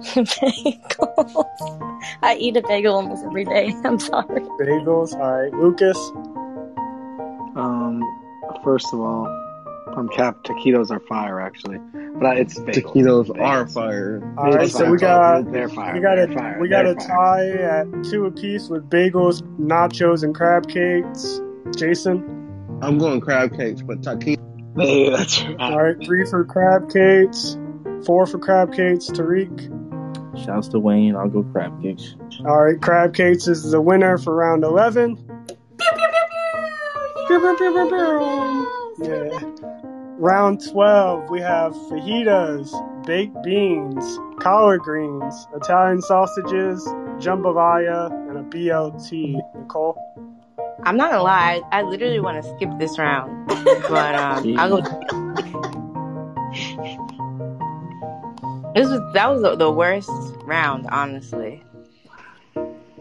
bagels. I eat a bagel almost every day. I'm sorry. bagels. All right, Lucas. Um, First of all, I'm capped. Taquitos are fire, actually, but I, it's bagels. Taquitos are fire. All right, so we got They're fire. we got they're a fire. we got they're a tie at two apiece with bagels, nachos, and crab cakes. Jason. I'm going crab cakes, but taquitos. Yeah, that's right. All right, three for crab cakes, four for crab cakes. Tariq. Shouts to Wayne. I'll go crab cakes. All right, crab cakes is the winner for round eleven. Yeah. Round 12, we have fajitas, baked beans, collard greens, Italian sausages, jambalaya, and a BLT. Nicole? I'm not gonna lie. I literally want to skip this round, but Uh, um, I'll go. This was that was the, the worst round, honestly,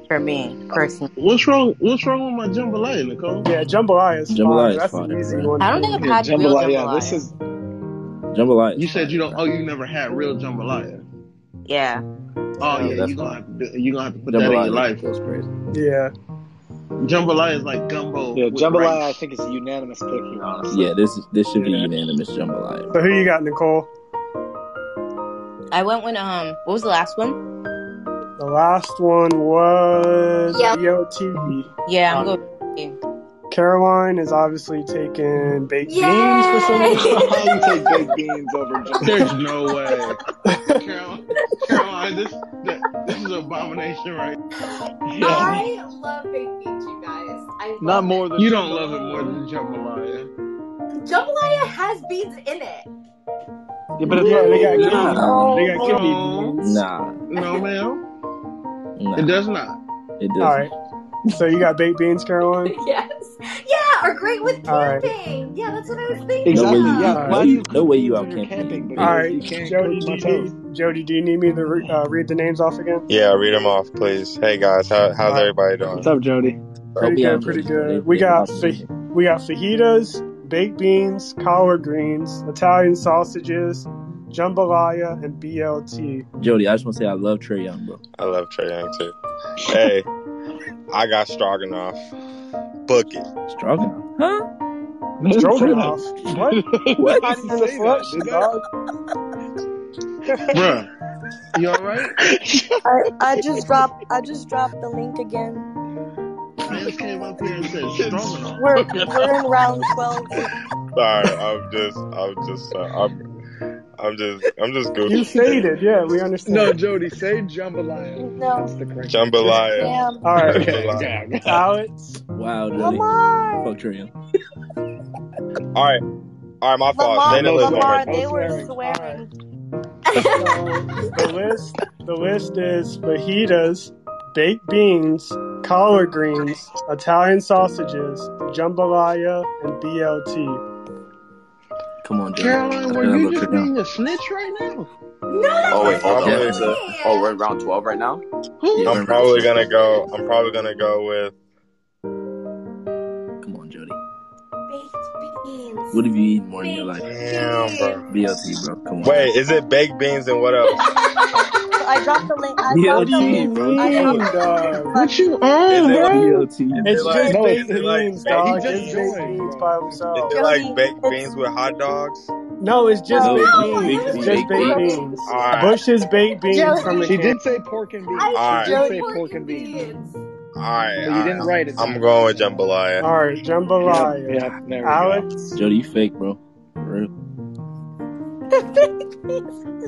for me personally. What's wrong? What's wrong with my jambalaya, Nicole? Yeah, jambalaya is Jambalaya fire. is That's fire, an easy bro. one I don't for think me. I've had real jambalaya. jambalaya. This is. Jambalaya You is said fire, you don't. bro. Oh, you never had real jambalaya. Yeah. Oh Yeah, yeah, that's you fire. gonna have to. You gonna have to put that in your Jambalaya life. goes crazy. Yeah. Jambalaya is like gumbo Yeah, with jambalaya. I rice. think is a unanimous pick here, honestly. Yeah, this this should be Yeah. unanimous jambalaya, So bro. who you got, Nicole? I went with um. What was the last one? The last one was BLT. Yeah, I'm Uh, going. with- Caroline is obviously taking baked beans for some reason. you take baked beans over There's jambalaya. no way, Carol. Caroline, this that, this is an abomination, right? Yeah, I love baked beans, you guys. I not love more it. than You don't love it more jambalaya. than jambalaya. Jambalaya has beans in it. Yeah, but it's Yeah, not they got baked kidney. beans. Nah, They got kidney Oh, No, beans. nah, no, ma'am. It nah. does not. It All doesn't. right. So you got baked beans, Caroline. yes. Yeah, or great with All right. camping. Yeah, that's what I was No way thinking Exactly. you Yeah. of. no Why do you you no cook way you beans when out you're camping eating camping? All baked Because right, you can't cook Jody. beans. Do you matos. need Jody? Do you need me to re- uh, read the names off again? Yeah, read them off, please. Hey guys, how, how's All right, everybody What's doing? up, Jody? Help pretty me out, good, pretty Jody, bro. They good. We they got popping fa- in here. we got fajitas, baked beans, collard greens, Italian sausages, jambalaya, and BLT. Jody, I just want to say I love Trey Young, bro. I love Trey Young too. Hey, I got Stroganoff. Book it. Strong enough, huh? They didn't say that. They Stroganoff. What? did What? not Not even a say that, selection, did they? dog. Bruh, you all right? I, I just dropped I just dropped the link again. Mans came up here and said it's stroganoff. We're fucking we're in round twelve. Sorry, I'm just, I'm just, uh, I'm, I'm just, I'm just You goofy today. faded. Yeah, we No, understand. Jody, say jambalaya. No, That's the correct answer. Jambalaya, damn. All right, Okay, jambalaya. okay, okay. Alex, Wow, Jody. Lamar, Fuck Trey Young. All right, all right, my fault. Lamar, They And didn't no listen to my swearing, Lamar. no They question. swearing. were all right. swearing. So the list the list is fajitas, baked beans, collard greens, Italian sausages, jambalaya, and BLT. Come on, Jody. Caroline, I were think I'll you go Trey just Young. being a snitch right now? No, that's Oh wait, what hold on. Definitely. What's I the? Oh, said. we're in round twelve right now. Who Yeah, was we're I'm in round probably 12. gonna go. I'm probably gonna go with. Come on, Jody. Baked beans. What have you eaten more in your life? Baked Damn, bro. beans. BLT, bro. Come on, Wait, bro. is it baked beans and what else? So I dropped the link. I What dropped do the you link. BLT, bro. I Come dropped on. mean, the link. dog? What you Is on, it like? bro? BLT, Is it It's bro. like? just No, it's Is baked it like beans, baked He dog. just It's beans? baked joined, beans bro. by Is it themselves. like Jody, baked beans it's with hot dogs? No, it's just no. No, No, baked it's it beans. baked Oh, It's just baked was just baked baked beans. beans. All beans. right, Bush's baked beans from Jody, the She can. did say pork and beans. I all She right, did said say Jody, pork pork and and beans. beans. right, But you didn't write it. I'm going with jambalaya. All right, jambalaya. Yep, yep, there we Alex, Jody, you fake, bro. For real.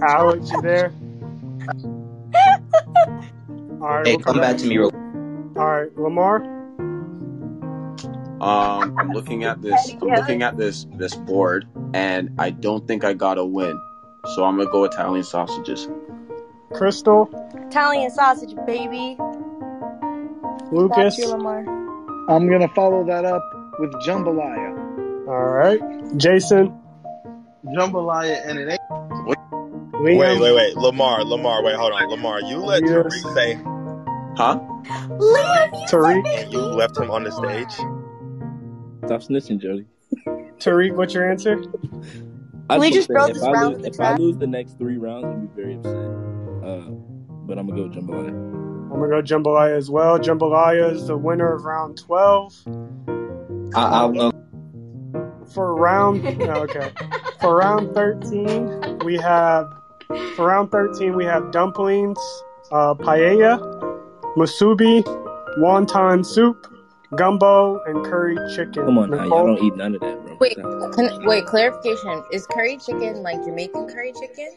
Alex, you there? All right, Hey, we'll come come back. back to me real All right, Lamar. Um, I'm looking at this. I'm looking at this this board, and I don't think I got a win. So I'm gonna go Italian sausages. Crystal, Italian sausage, baby. Back Lucas. to you, Lamar. I'm gonna follow that up with jambalaya. All right, Jason, Jambalaya and it ain't. What? Wait, Liam. wait, wait. Lamar, Lamar, wait, hold on. Lamar, you let Tariq Yes. say, huh? Liam, you Tariq, And you left him on the stage? Stop snitching, Jody. Tariq, what's your answer? I Can just we just throw want to say if this I lose round to the if I trash? lose the next three rounds, I'm gonna be very upset. Uh, but I'm gonna go with jambalaya. I'm gonna go jambalaya as well. Jambalaya is the winner of round twelve. I, I'll go. For round, no, okay. For round thirteen, we have for round thirteen we have dumplings, uh, paella, musubi, wonton soup, gumbo, and curry chicken. Come on, now y'all Nicole, don't eat none of that, bro. Wait, Stop. can, wait. Clarification: Is curry chicken like Jamaican curry chicken?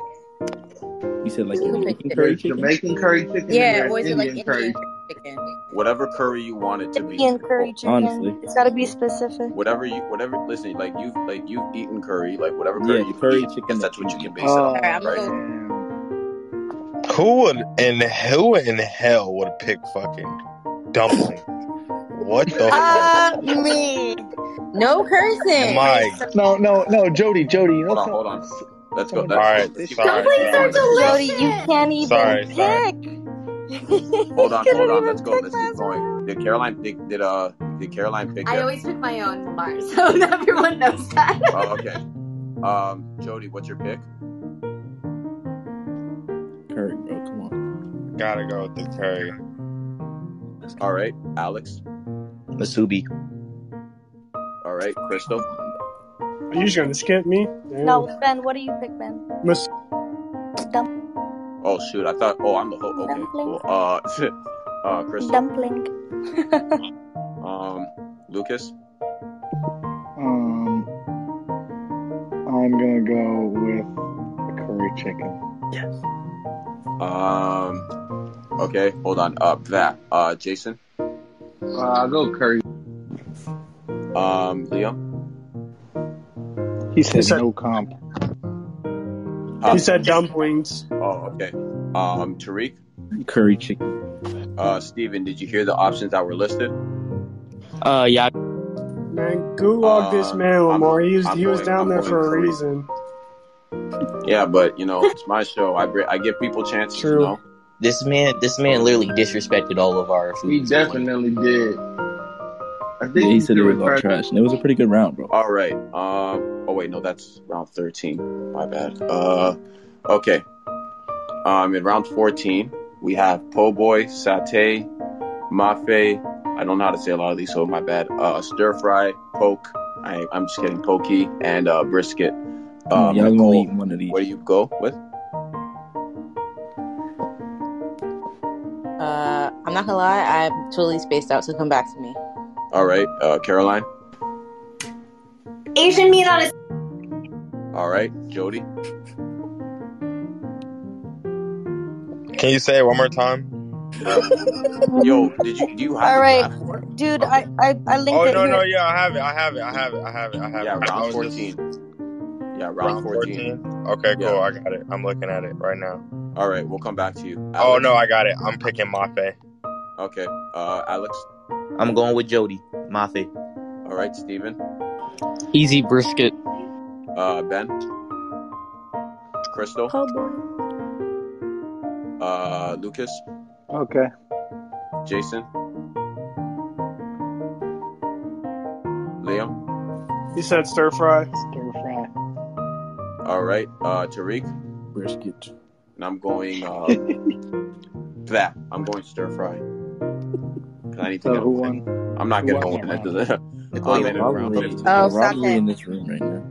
You said like Who's Jamaican making? curry There's chicken? Jamaican curry chicken and Yeah, there's or is it like Indian Indian curry. curry chicken? Whatever curry you want it to be. Indian curry chicken. Honestly, It's gotta be specific. Whatever you, whatever. Listen, like you've like you've eaten curry. Like whatever yeah, curry you've curry eaten, I chicken guess that's that's what you can Uh, base Indian. it All off right, of, I'm Oh gonna right? go. damn! Who would in who in hell would pick fucking dumpling? What the fuck? Ah, me. No cursing. My No, no, no, Jody, Jody. You know Hold on, some, hold on. Let's go. All someone Let's else. right, let's keep going. sorry, Let's keep Dumplings going. are Let's keep going. Jody, you delicious. can't even sorry, sorry. pick. you Hold on, hold couldn't on. even Let's go. pick Let's keep last going. round. Did Caroline did did uh did Caroline pick I there? always pick my own Lamar, so everyone knows that. Oh, okay. Um, Jody, what's your pick? Curry, bro. Come on. Gotta go with the curry. Let's go. All right, Alex. Masubi. All right, Crystal. are you just gonna skip me? No, Damn. Ben, what do you pick, Ben? Mus- Dump, Oh shoot, I thought. Oh, I'm the ho Okay, dumpling, cool. Uh, uh, Crystal. dumpling. Um, Lucas. Um, I'm gonna go with curry chicken. Yes. Um, okay, hold on. Uh, that. Uh, Jason. Uh, I'll go curry. Um, Liam. He he said said no comp. he Huh. said dumplings. Oh, okay. Um, Tariq. Curry chicken. Uh, Steven, did you hear the options that were listed? Uh, yeah. Man, gulag this Um, man, I'm Lamar. He was I'm he was going down I'm there going for a curry. reason. Yeah, but you know it's my show. I br- I give people chances. You True. know. This man, this man literally disrespected all of our He foods. Like, definitely did. I Yeah, think he you said should it was all return. trash, and it was a pretty good round, bro. All right. Um. Oh wait, no, that's round thirteen. My bad. Uh. Okay. Um. In round fourteen, we have po' boy, satay, mafe. I don't know how to say a lot of these, so my bad. Uh, stir fry, poke. I, I'm just kidding. Pokey and uh, brisket. Come on, Um, y'all only Nicole, eat one of what do each. you go with? Uh, I'm not gonna lie. I'm totally spaced out. So come back to me. All right. Uh, Caroline. Asian meat on a All right. Jody. Can you say it one more time? Yo, did you do you have All the right, platform? dude. Okay. I I I linked Oh it no, no, here. yeah, I have it, I have it, I have it, I have it, I have Yeah, it. I round was just fourteen. Yeah, round round fourteen. fourteen. Okay, Yeah. cool, I got it. I'm looking at it right now. All right. We'll come back to you, Oh Alex. no, I got it. I'm picking Mafe. Okay. Uh, Alex. I'm going with Jody. Mafe. All right, Steven. Easy brisket. Uh, Ben, Crystal, Po' boy. uh, Lucas, Okay. Jason, Liam. He said stir fry. Stir fry. All right, uh, Tariq, Brisket. and I'm going um that. I'm going stir fry because I need to So get a who win. won? I'm not Who getting a won that win. round? It doesn't. Nicole, I'm you in want? at round Rivalry, fifteen. Oh, the stop rivalry it. in this room right now.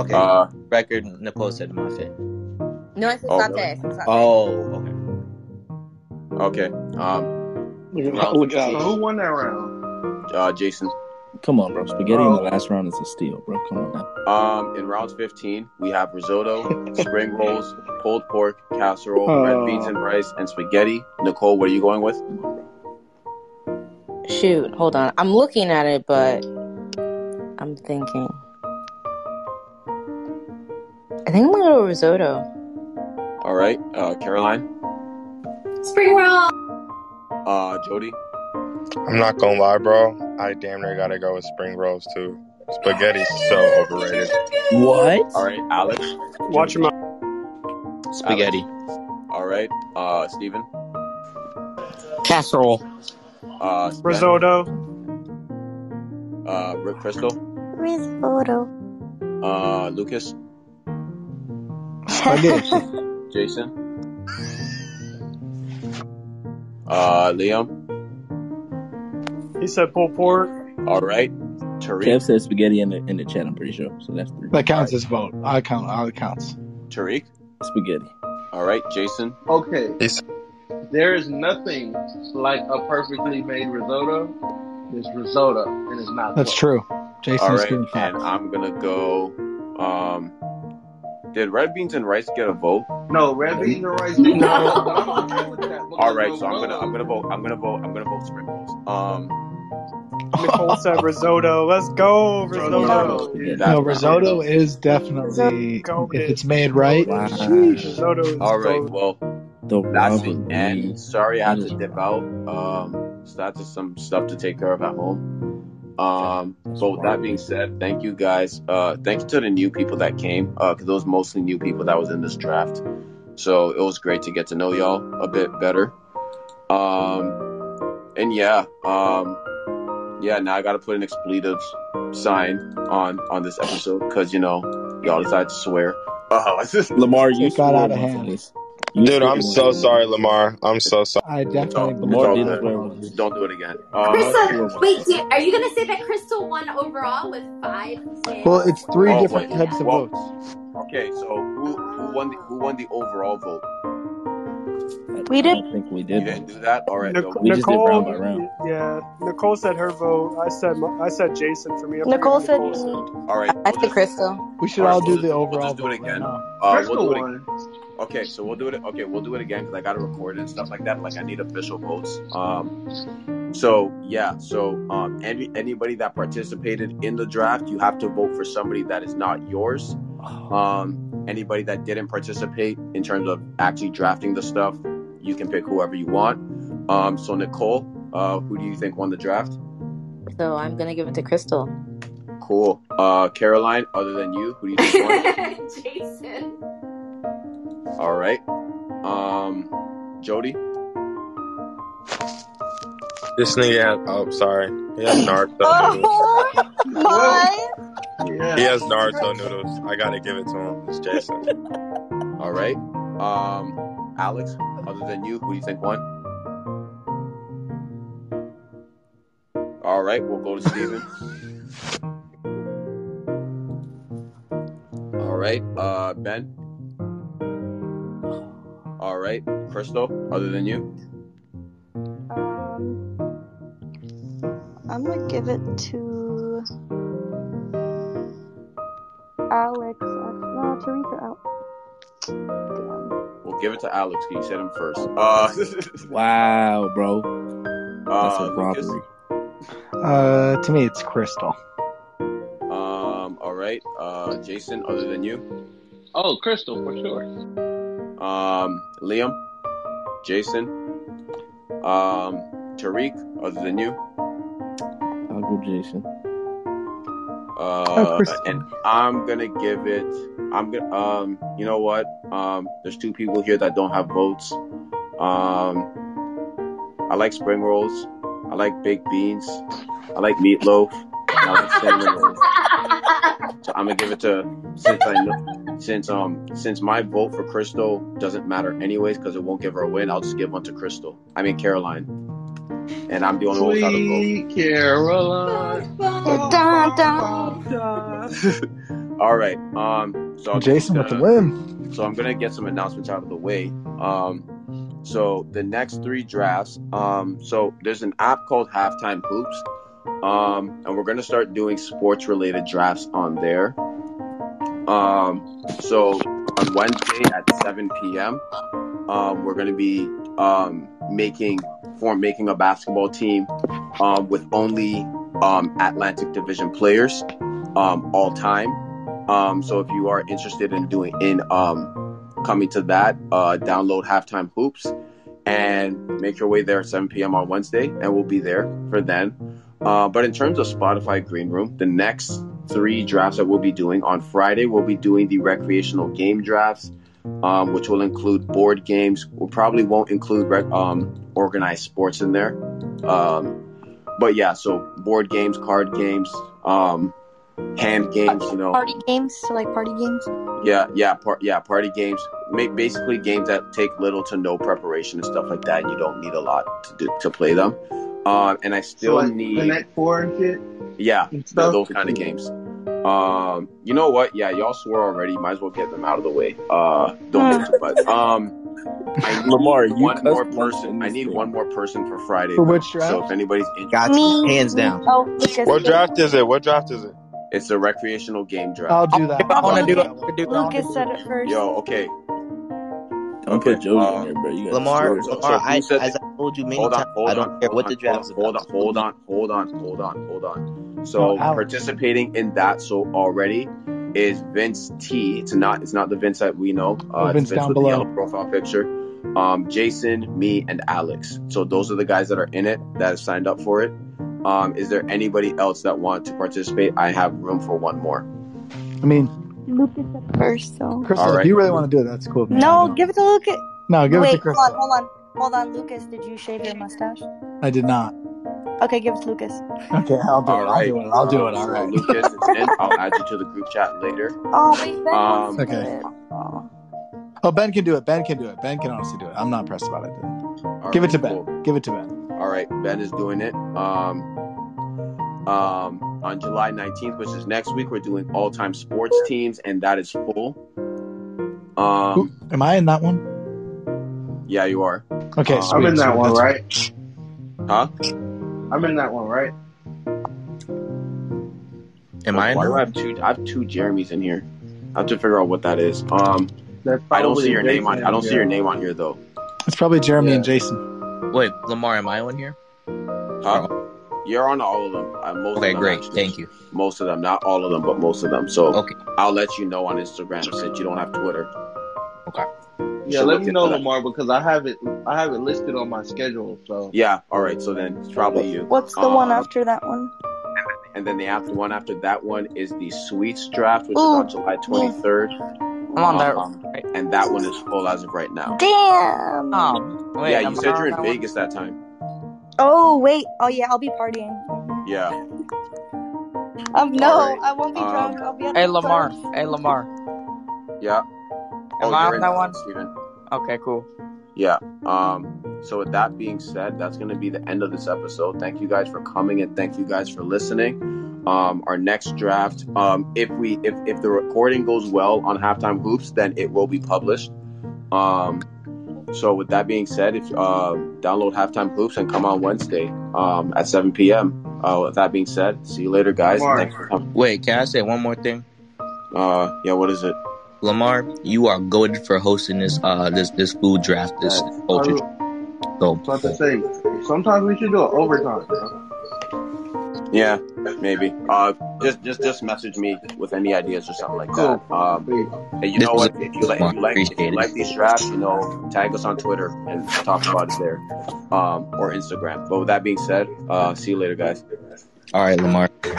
Okay. Uh Record. Nicole said Mafe. No, I said oh, really? satay. I said satay. Oh, okay. Okay. Um, Look at- look at- So who won that round? Uh, Jason. Come on, bro. Spaghetti in Oh. the last round is a steal, bro. Come on now. Um, in round 15, we have risotto, spring rolls, pulled pork, casserole, red Oh. beans and rice, and spaghetti. Nicole, what are you going with? Shoot, hold on. I'm looking at it, but I'm thinking. I think I'm gonna go risotto. All right, uh, Caroline, Spring roll. uh, Jody. I'm not gonna lie, bro. I damn near gotta go with spring rolls too. Spaghetti's so overrated. What? All right, Alex. Watch your mouth. Spaghetti. All right, uh, Steven. Casserole. Uh, Sven, Risotto. Uh, Rick Crystal. Risotto. Uh, Lucas. Jason. Uh, Liam. He said pulled pork. All right, Tariq. Kev said spaghetti in the in the chat. I'm pretty sure. So that's three. That counts as vote. I count. I counts. Tariq. Spaghetti. All right, Jason. Okay, It's there is nothing like a perfectly made risotto. It's risotto, and it's not. That's close. true. Jason All is right, giving and facts. I'm gonna go. Um, did red beans and rice get a vote? No, red beans and rice didn't No. vote, but I'm okay with that. All because right, so I'm gonna risotto- I'm gonna vote I'm gonna vote I'm gonna vote spring rolls. Um, Nicole said risotto. Let's go, risotto. risotto. No, That's not risotto is definitely Risotto if is it's made right. goated. Sheesh, risotto is all right. goated. Well, The that's the rivalry. end. Sorry, I That had is to dip out. Um, so that's just some stuff to take care of at home. Um, that's but with that being rivalry. said, thank you guys. Uh, thank you to the new people that came. Uh, cause those mostly new people that was in this draft. So it was great to get to know y'all a bit better. Um, and yeah, um, yeah. Now I gotta put an expletive sign on on this episode because you know y'all decided to swear. Uh, Lamar, you It got swore out of once on hand. this. You Dude, swore I'm once so on this. sorry, Lamar. I'm so sorry. I it's all definitely it's Lamar all did good. swear believe once. Don't do it again. Lamar Um, swore Crystal, once. wait, did, are you going to say that Crystal won overall with five Well, things? it's three oh Or different something wait. types else? of Well, votes. okay. So who who won the who Oh. won the overall vote? I, We I did. don't think we You did didn't one. do that. All right. Nic- Well, We just did round by Nicole, round. yeah, Nicole said her vote. I said my- I said Jason for me. I forget Nicole what said Nicole said. me. all right. I We'll said just Crystal. We should all right. all We'll do just the we'll just overall do it vote right again. now. Uh, we'll Crystal do it. won. Okay, so we'll do it. Okay, we'll do it again because I got to record it and stuff like that. Like I need official votes. Um, so yeah, so um, any anybody that participated in the draft, you have to vote for somebody that is not yours. Um, anybody that didn't participate in terms of actually drafting the stuff, you can pick whoever you want. Um, so Nicole, uh, who do you think won the draft? So I'm gonna give it to Crystal. Cool. Uh, Caroline, other than you, who do you think won? Jason. All right. Um, Jody. This nigga has. Oh, sorry. He has Naruto noodles. Oh Well, my! He yeah. has Naruto noodles. I gotta give it to him. It's Jason. All right. Um, Alex, other than you, who do you think won? All right, we'll go to Steven. All right, uh, Ben. All right, Crystal, other than you. Um, I'm gonna give it to Alex. Uh, no, Tariq. Out. Damn. We'll give it to Alex. 'cause You said him first. Uh, Wow, bro. That's uh, a Lucas. robbery. Uh, to me, it's Crystal. Um, all right, uh, Jason, other than you. Oh, Crystal for sure. Um, Liam, Jason, um, Tariq, other than you. I'll go Jason. Oh, Uh, and Crystal. I'm gonna give it. I'm gonna. Um, you know what? Um, there's two people here that don't have votes. Um, I like spring rolls. I like baked beans. I like meatloaf, and I like cinnamon rolls. So I'm gonna give it to since I know since um since my vote for Crystal doesn't matter anyways because it won't give her a win. I'll just give one to Crystal. I mean Caroline, and I'm the only one without a vote. Sweet Caroline. Bum, bum, Bum, Dun, bum, dun. bum, da. All right. Um. So I'm just Jason with the gonna win. so I'm gonna get some announcements out of the way. Um. So the next three drafts, um, so there's an app called Halftime Hoops, um, and we're gonna start doing sports related drafts on there. Um, so on Wednesday at 7 p.m., um, we're gonna be um, making form making a basketball team um, with only um, Atlantic Division players um, all time. Um, so if you are interested in doing in um, coming to that, uh, download Halftime Hoops and make your way there at 7 p.m. on Wednesday, and we'll be there for then. Uh, but in terms of Spotify Green Room, the next three drafts that we'll be doing on Friday, we'll be doing the recreational game drafts, um, which will include board games. We probably won't include rec- um, organized sports in there. Um, but yeah, so board games, card games, um, hand games, you know. Party games, so like party games. Yeah, yeah, par- yeah. Party games, make basically games that take little to no preparation and stuff like that. You don't need a lot to do, to play them. Um, and I still like, need Connect Four and shit. yeah, th- those kind of games. Um, you know what? Yeah, y'all swore already. Might as well get them out of the way. Uh, don't make too much. Um, I need Lamar, you one more cussed once person. I need one more person for Friday. For though. which draft? So if anybody's interested, Got you. Hands down. Oh, Lucas. What draft is it? What draft is it? It's a recreational game draft. I'll do that. I I'll want to do do it. that one. Dude, I wanna Lucas said it first. Yo, okay, Don't okay, put Josie um, in there, bro. You gotta Lamar, So, destroy her. so Lamar, who I, said as that? I told you many Hold on, times, I hold don't on, care hold what the on, hold draft is on, about. hold on, Just hold on, hold on, hold on, hold on. No, So Oh, Alex. participating in that so already is Vince T. It's not it's not the Vince that we know. Oh, Uh, it's Vince Vince down with the yellow below. profile picture. Um, Jason, me, and Alex. So those are the guys that are in it that have signed up for it. Um, is there anybody else that want to participate? I have room for one more. I mean, Lucas said it first, so. All Crystal, if right. you really want to do it, that's cool with me. I No, don't. give it to Lucas. No, give it to Wait, hold on, Crystal. hold on, hold on, Lucas. Did you shave your mustache? I did not. Okay, give it to Lucas. Okay, I'll do it. All I'll right. do it. I'll do it. Um, All so right. Lucas, it's in. I'll add you to the group chat later. Oh, wait, Ben wants Um, to do Okay. it. Oh. Oh, Ben can do it. Ben can do it. Ben can honestly do it. I'm not impressed about it. Dude. all Give it right, to Ben. cool. Give it to Ben. All right, Ben is doing it. Um, um, on July 19th, which is next week, we're doing all time sports teams, and that is full. Who Um, am I in that one? yeah, you are. Okay, Um, I'm sweet, in that sweet. one, That's right? huh? I'm in that one, right? am Wait, I in that why do I one? have two? I have two Jeremys in here. I have to figure out what that is. Um, That's I don't see probably your name Jason on. I and don't see your Jeremy. name on here though. it's probably Jeremy and Yeah. Jason. Wait, Lamar, am I on here? Huh? Or You're on all of them. Uh, most of okay, them great. actually. Thank you. Most of them, not all of them, but most of them. So Okay. I'll let you know on Instagram since you don't have Twitter. Okay. You Yeah, should let look me know, into that. Lamar, because I have it. I have it listed on my schedule. So Yeah. All right. So then it's probably you. What's the one Um, after that one? and then the after one after that one is the sweets draft, which is Ooh, on July me. 23rd. I'm on that. Um, Right. and that one is full as of right now. uh, Damn. Oh, Yeah, wait, you am I said on you're in that one? Vegas that time. Oh wait. Oh yeah, I'll be partying. Mhm. Yeah. Um, All no, right. I won't be drunk. Um. I'll be at Hey the club. Lamar. Hey Lamar. Yeah. Am I Oh, you're on in that that one? one, Steven. Okay, cool. Yeah. Um. So with that being said, that's going to be the end of this episode. Thank you guys for coming and thank you guys for listening. Um, our next draft, um, if we if if the recording goes well on halftime hoops, then it will be published. Um, So with that being said, if um, download halftime hoops and come on Wednesday um, at 7 p.m. Uh, with that being said, see you later, guys, and Lamar, thanks for coming. Wait, can I say one more thing? Uh, yeah, what is it? Lamar, you are goaded for hosting this uh this this food draft, this Thanks. I culture was draft. So about to say. Sometimes we should do an overtime, bro. Yeah, maybe. Uh, just just just message me with any ideas or something like that. Cool. Um, Peace. and you this know was what? a If you like if Lamar. you like if you Appreciate it. like these drafts, you know, tag us on Twitter and talk about it there, um, or Instagram. But with that being said, uh, see you later, guys. All right, Lamar. Perfect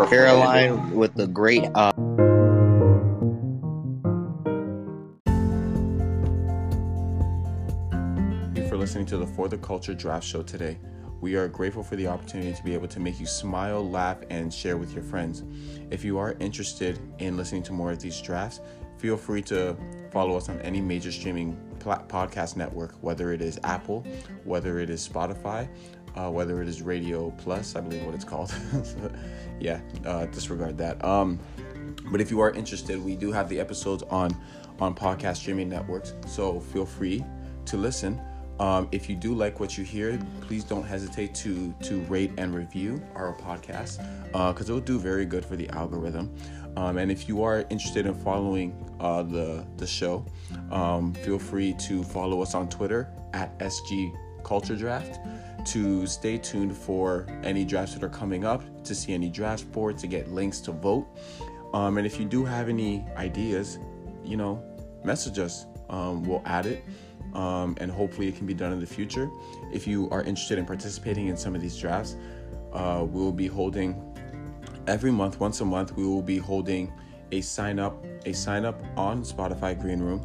ending. Caroline with the great uh Thank you for listening to the For the Culture Draft Show today. We are grateful for the opportunity to be able to make you smile, laugh, and share with your friends. If you are interested in listening to more of these drafts, feel free to follow us on any major streaming pla- podcast network, whether it is Apple, whether it is Spotify, uh, whether it is Radio Plus, I believe what it's called. yeah, uh, disregard that. Um, but if you are interested, we do have the episodes on on podcast streaming networks. So feel free to listen. Um, if you do like what you hear, please don't hesitate to to rate and review our podcast because it will do very good for the algorithm. Um, and if you are interested in following uh, the the show, um, feel free to follow us on Twitter at SG Culture Draft to stay tuned for any drafts that are coming up, to see any draft boards, to get links to vote. Um, and if you do have any ideas, you know, message us. Um, we'll add it. Um, and hopefully it can be done in the future. If you are interested in participating in some of these drafts, uh, we will be holding every month, once a month, we will be holding a sign up, a sign up on Spotify Green Room,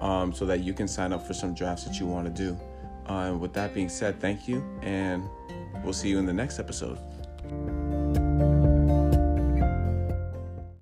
um, so that you can sign up for some drafts that you want to do. Uh, with that being said, thank you, and we'll see you in the next episode.